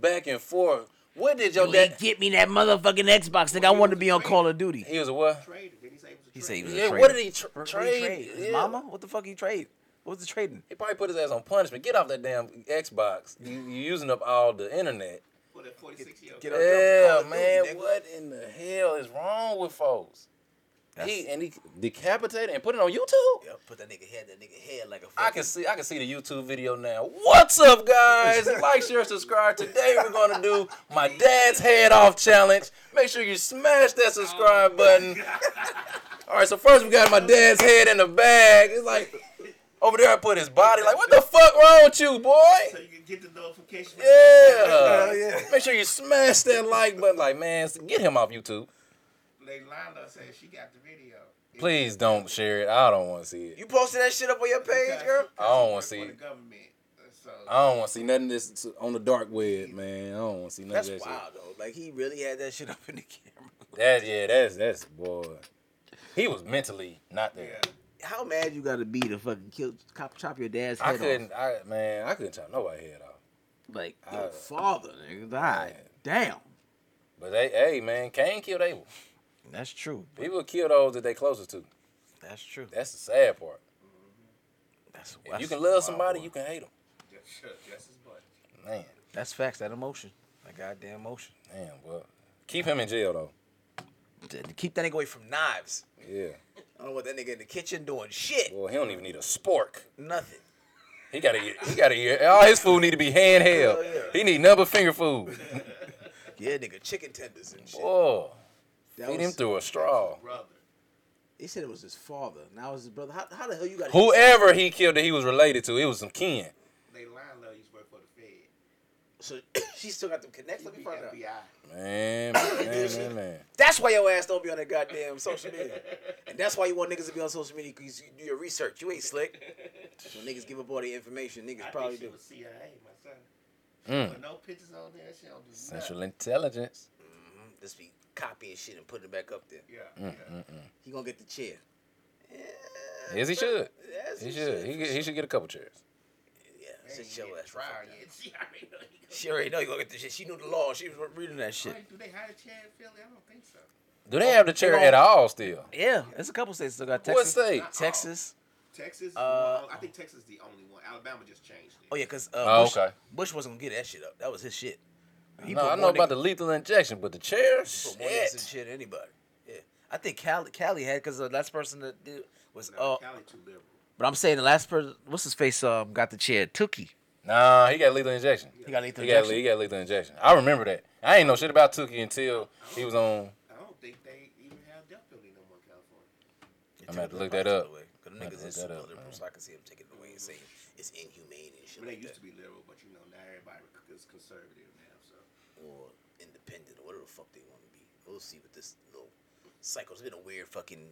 S3: back and forth. What did your
S2: Yo, he
S3: dad?
S2: get me that motherfucking Xbox. Nigga, I wanted to be on Call of Duty.
S3: He was a what?
S4: Trade it. Then he said he was a
S2: He
S4: traitor.
S2: said he was a
S3: Yeah.
S2: traitor.
S3: What did he tr-
S2: What did
S3: trade?
S2: His
S3: Yeah.
S2: mama? What the fuck he trade? What was the trading?
S3: He probably put his ass on punishment. Get off that damn Xbox. You you using up all the internet.
S4: For that 46 year old.
S2: get up.
S3: Yeah,
S4: Call of Duty,
S3: man.
S4: nigga.
S3: What in the hell is wrong with folks? He and he decapitated and put it on YouTube.
S2: Yep, put that nigga head, that nigga head like a fucking.
S3: I can see I can see the YouTube video now. What's up, guys? like, share, subscribe. Today we're gonna do my dad's head off challenge. Make sure you smash that
S2: Oh
S3: subscribe button. All right, so first we got my dad's head in the bag. It's like over there I put his body. Like, what the fuck wrong with you,
S4: So
S3: boy?
S4: you can get the notification.
S5: Oh,
S3: Yeah. Make sure you smash that like button. Like, man, get him off YouTube.
S4: Leilana said she got the video.
S3: Please don't share it. I don't want to see it.
S2: You posted that shit up on your page, girl?
S3: I don't wanna
S4: Because
S3: see
S4: she worked for
S3: it. Uh-huh.
S4: the government. So
S3: I don't want to see nothing that's on the dark web, man. I don't want to see nothing.
S2: That's
S3: of that
S2: wild, though. Like, he really had that shit up in the camera.
S3: Shit. That yeah, that's that's boy. He was mentally not there.
S4: yeah.
S2: How mad you gotta be to fucking kill, cop, chop your dad's
S3: I
S2: head
S3: couldn't. I man, I couldn't chop nobody head off.
S2: off? Like,
S3: I-
S2: your father, nigga. died. damn.
S3: But they, hey man, Cain killed Abel.
S2: That's true.
S3: People kill those that they closest to.
S2: That's true.
S3: That's the sad part.
S2: That's,
S3: If you can love somebody, you can hate them.
S4: Just, just as much.
S3: Man,
S2: That's facts. That emotion. That goddamn emotion.
S3: damn, well, keep him in jail though.
S2: Keep that nigga away from knives.
S3: Yeah.
S2: I don't want that nigga in the kitchen doing shit.
S3: Well, he don't even need a spork.
S2: Nothing.
S3: He gotta eat. He gotta eat. All his food need to be handheld.
S2: Hell yeah.
S3: He need number finger food.
S2: Yeah, nigga, chicken tenders and shit.
S3: Whoa.
S5: That
S3: Oh, Feed
S5: was-
S3: him through a straw.
S4: Brother.
S5: They said it was his father. Now it's his brother. How, how the hell you got
S3: Whoever he killed that he was related to, it was some kin.
S4: Leilana used to work for the Fed.
S5: So she still got them connects. Let me
S4: She
S5: find out.
S4: FBI.
S3: Man, man, man, man.
S5: That's why your ass don't be on that goddamn social media, and that's why you want niggas to be on social media because you do your research. You ain't slick. When niggas give up all the information, niggas
S4: I
S5: probably
S4: think she
S5: do.
S4: was CIA, my son.
S3: Mm.
S4: But no pictures on there. She don't do nothing.
S3: Central intelligence.
S5: Just be copying shit and putting it back up there.
S4: Yeah.
S2: Mm,
S4: yeah.
S5: He gonna get the chair.
S3: Yes, he should.
S5: Yes,
S3: He should. He, get- he should get a couple chairs.
S5: Yeah,
S4: Man,
S5: sit
S4: he
S5: your
S4: get
S5: ass. the
S4: trial
S5: fuck down.
S4: yet. She already
S2: She already
S4: know he gonna-
S2: know you gonna get this shit. She knew the law. She was reading that shit.
S4: Wait, Do they hire Chad Philly? I don't think so.
S3: Do they have the chair at all still?
S2: Yeah, there's a couple states that got
S3: What
S2: Texas.
S3: state?
S2: Texas.
S4: Texas.
S2: Uh,
S4: I think Texas is the only one. Alabama just changed it.
S2: Oh yeah, cause uh,
S3: Oh,
S2: Bush,
S3: okay.
S2: Bush wasn't gonna get that shit up. That was his shit. He
S3: No,
S2: put
S3: I know
S2: more
S3: about the
S2: niggas-
S3: lethal injection, but the chair,
S2: he put more niggas in
S3: shit.
S2: shit than anybody. Yeah, I think Cali Cali had because the last person that did was
S4: No,
S2: uh.
S4: Cali too liberal.
S2: But I'm saying the last person, what's his face? Um, got the chair. Tookie.
S3: Nah, he got lethal injection.
S2: He got lethal
S3: He got,
S2: injection.
S3: he got lethal injection. I remember that. I ain't know shit about Tookie until he was on.
S4: I don't think they even have death penalty no more in California.
S2: Yeah,
S3: gonna have to
S2: take
S3: look
S2: the
S3: that up.
S2: away. 'Cause them
S3: I'm gonna
S2: niggas is
S3: look that
S2: super
S3: up,
S2: liberal,
S3: man.
S2: so I can see him taking it away and saying it's inhumane and
S4: I
S2: shit
S4: mean, they
S2: like
S4: used
S2: that.
S4: to be liberal, but you know now everybody is conservative now. So
S2: or independent or whatever the fuck they want to be. We'll see with this little cycle. It's been a weird fucking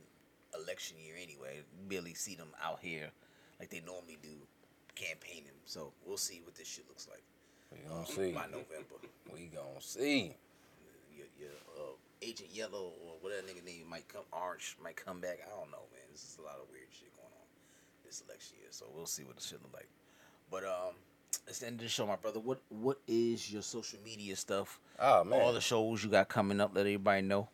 S2: election year anyway. Barely see them out here like they normally do campaigning. So we'll see what this shit looks like
S3: We gonna see.
S2: by November.
S3: We gonna see.
S2: your your uh, Agent Yellow or whatever nigga name might come, Orange might come back. I don't know, man. This is a lot of weird shit going on this election year. So we'll see what the shit look like. But um, it's the end of the show, my brother. What what is your social media stuff?
S3: Oh man.
S2: All the shows you got coming up, let everybody know.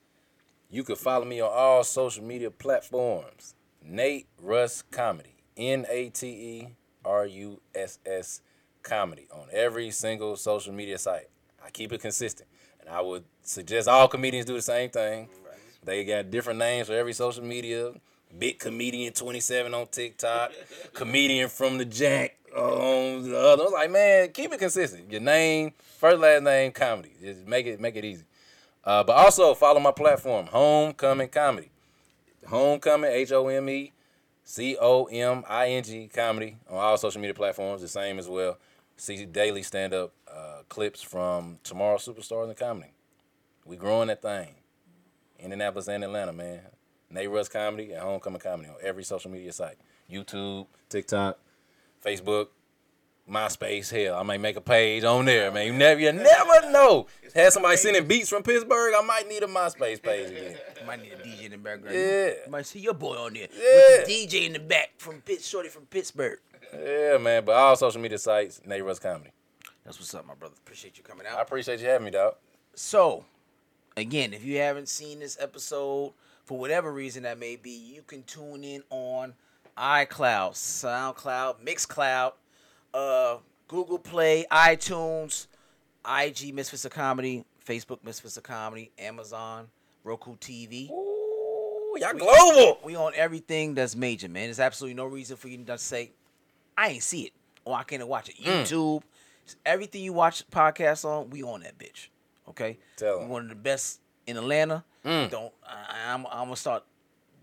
S3: You can follow me on all social media platforms. Nate Russ Comedy. N A T E R U S S Comedy on every single social media site. I keep it consistent. And I would suggest all comedians do the same thing. They got different names for every social media. Big Comedian 27 on TikTok, Comedian from the Jack uh, on the other. I was like, man, keep it consistent. Your name, first, last name, comedy. Just make it make it easy. Uh, but also follow my platform, Homecoming Comedy. Homecoming, H O M E C O M I N G Comedy on all social media platforms, the same as well. See daily stand up uh, clips from tomorrow's superstars in comedy. We growing that thing. Indianapolis and Atlanta, man. Nate Russ Comedy and Homecoming Comedy on every social media site YouTube, TikTok, Facebook, MySpace. Hell, I might make a page on there, man. You never, you never know. Had somebody sending beats from Pittsburgh, I might need a MySpace page again.
S2: Might need a DJ in the background.
S3: Yeah.
S2: You might see your boy on there.
S3: Yeah.
S2: With the DJ in the back from Pitt, Shorty from Pittsburgh.
S3: Yeah, man. But all social media sites, Nate Russ Comedy.
S2: That's what's up, my brother. Appreciate you coming
S3: I
S2: out.
S3: appreciate you having me, dog.
S2: So, again, if you haven't seen this episode, for whatever reason that may be, you can tune in on iCloud, SoundCloud, Mixcloud, uh, Google Play, iTunes, IG Misfits of Comedy, Facebook Misfits of Comedy, Amazon, Roku TV.
S3: Ooh, y'all global.
S2: We on everything that's major, man. There's absolutely no reason for you to say, I ain't see it or I can't watch it.
S3: Mm.
S2: YouTube, everything you watch podcasts on, we on that bitch. Okay,
S3: Tell Mm.
S2: we
S3: 'em.
S2: one of the best in Atlanta. Don't I, I'm, I'm gonna start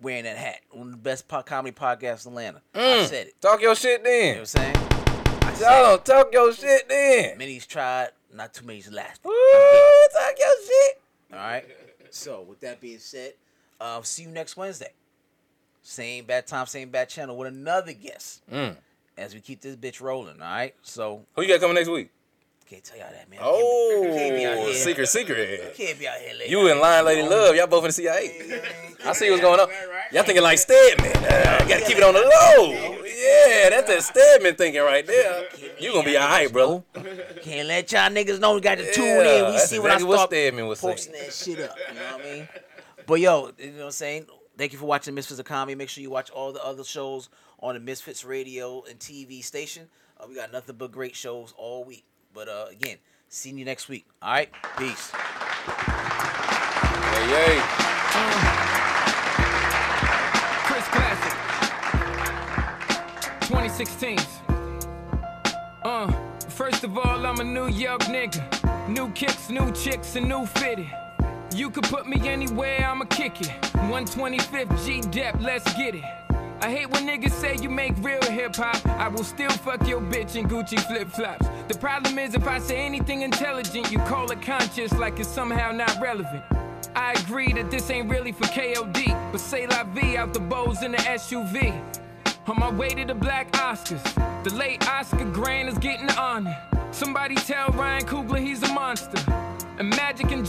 S2: wearing that hat. One of the best po- comedy podcasts in Atlanta.
S3: Mm.
S2: I said it.
S3: Talk your shit
S2: You know what I'm
S3: then.
S2: saying? I said
S3: Y'all don't talk your shit then.
S2: it. Many's tried, not too many's lasted.
S3: Ooh, talk your shit.
S2: All right.
S5: So with that being said,
S2: Uh, see you next Wednesday. Same bad time, same bad channel with another guest.
S3: Mm.
S2: As we keep this bitch rolling, all right? So,
S3: Who you got coming next week?
S2: can't tell y'all that, man. Can't be out
S3: Oh,
S2: here.
S3: secret, secret.
S2: Can't be out here late.
S3: You and Lion Lady Love, y'all both in the CIA. I see what's going on. Y'all thinking like Stedman. Uh, gotta keep it on the low. Yeah, that's that Stedman thinking right there. You gonna be all right, brother.
S2: Can't let y'all niggas know we got to tune
S3: Yeah,
S2: in. We
S3: that's
S2: see when I
S3: exactly what
S2: start
S3: Stedman was saying.
S2: posting that shit up. You know what I mean? But yo, you know what I'm saying? Thank you for watching Misfits of Comedy. Make sure you watch all the other shows on the Misfits radio and TV station. Uh, we got nothing but great shows all week. But uh, again, see you next week. All right, peace.
S3: Hey, hey.
S1: Chris Classic. 2016s. Uh, first of all, I'm a New York nigga. New kicks, new chicks, and new fitted. You could put me anywhere, I'ma kick it. 125th G Dep, let's get it. I hate when niggas say you make real hip hop. I will still fuck your bitch in Gucci flip flops. The problem is if I say anything intelligent, you call it conscious like it's somehow not relevant. I agree that this ain't really for KOD, but say la vie out the Bose in the SUV. On my way to the Black Oscars, the late Oscar Grant is getting honored. Somebody tell Ryan Coogler he's a monster. And Magic and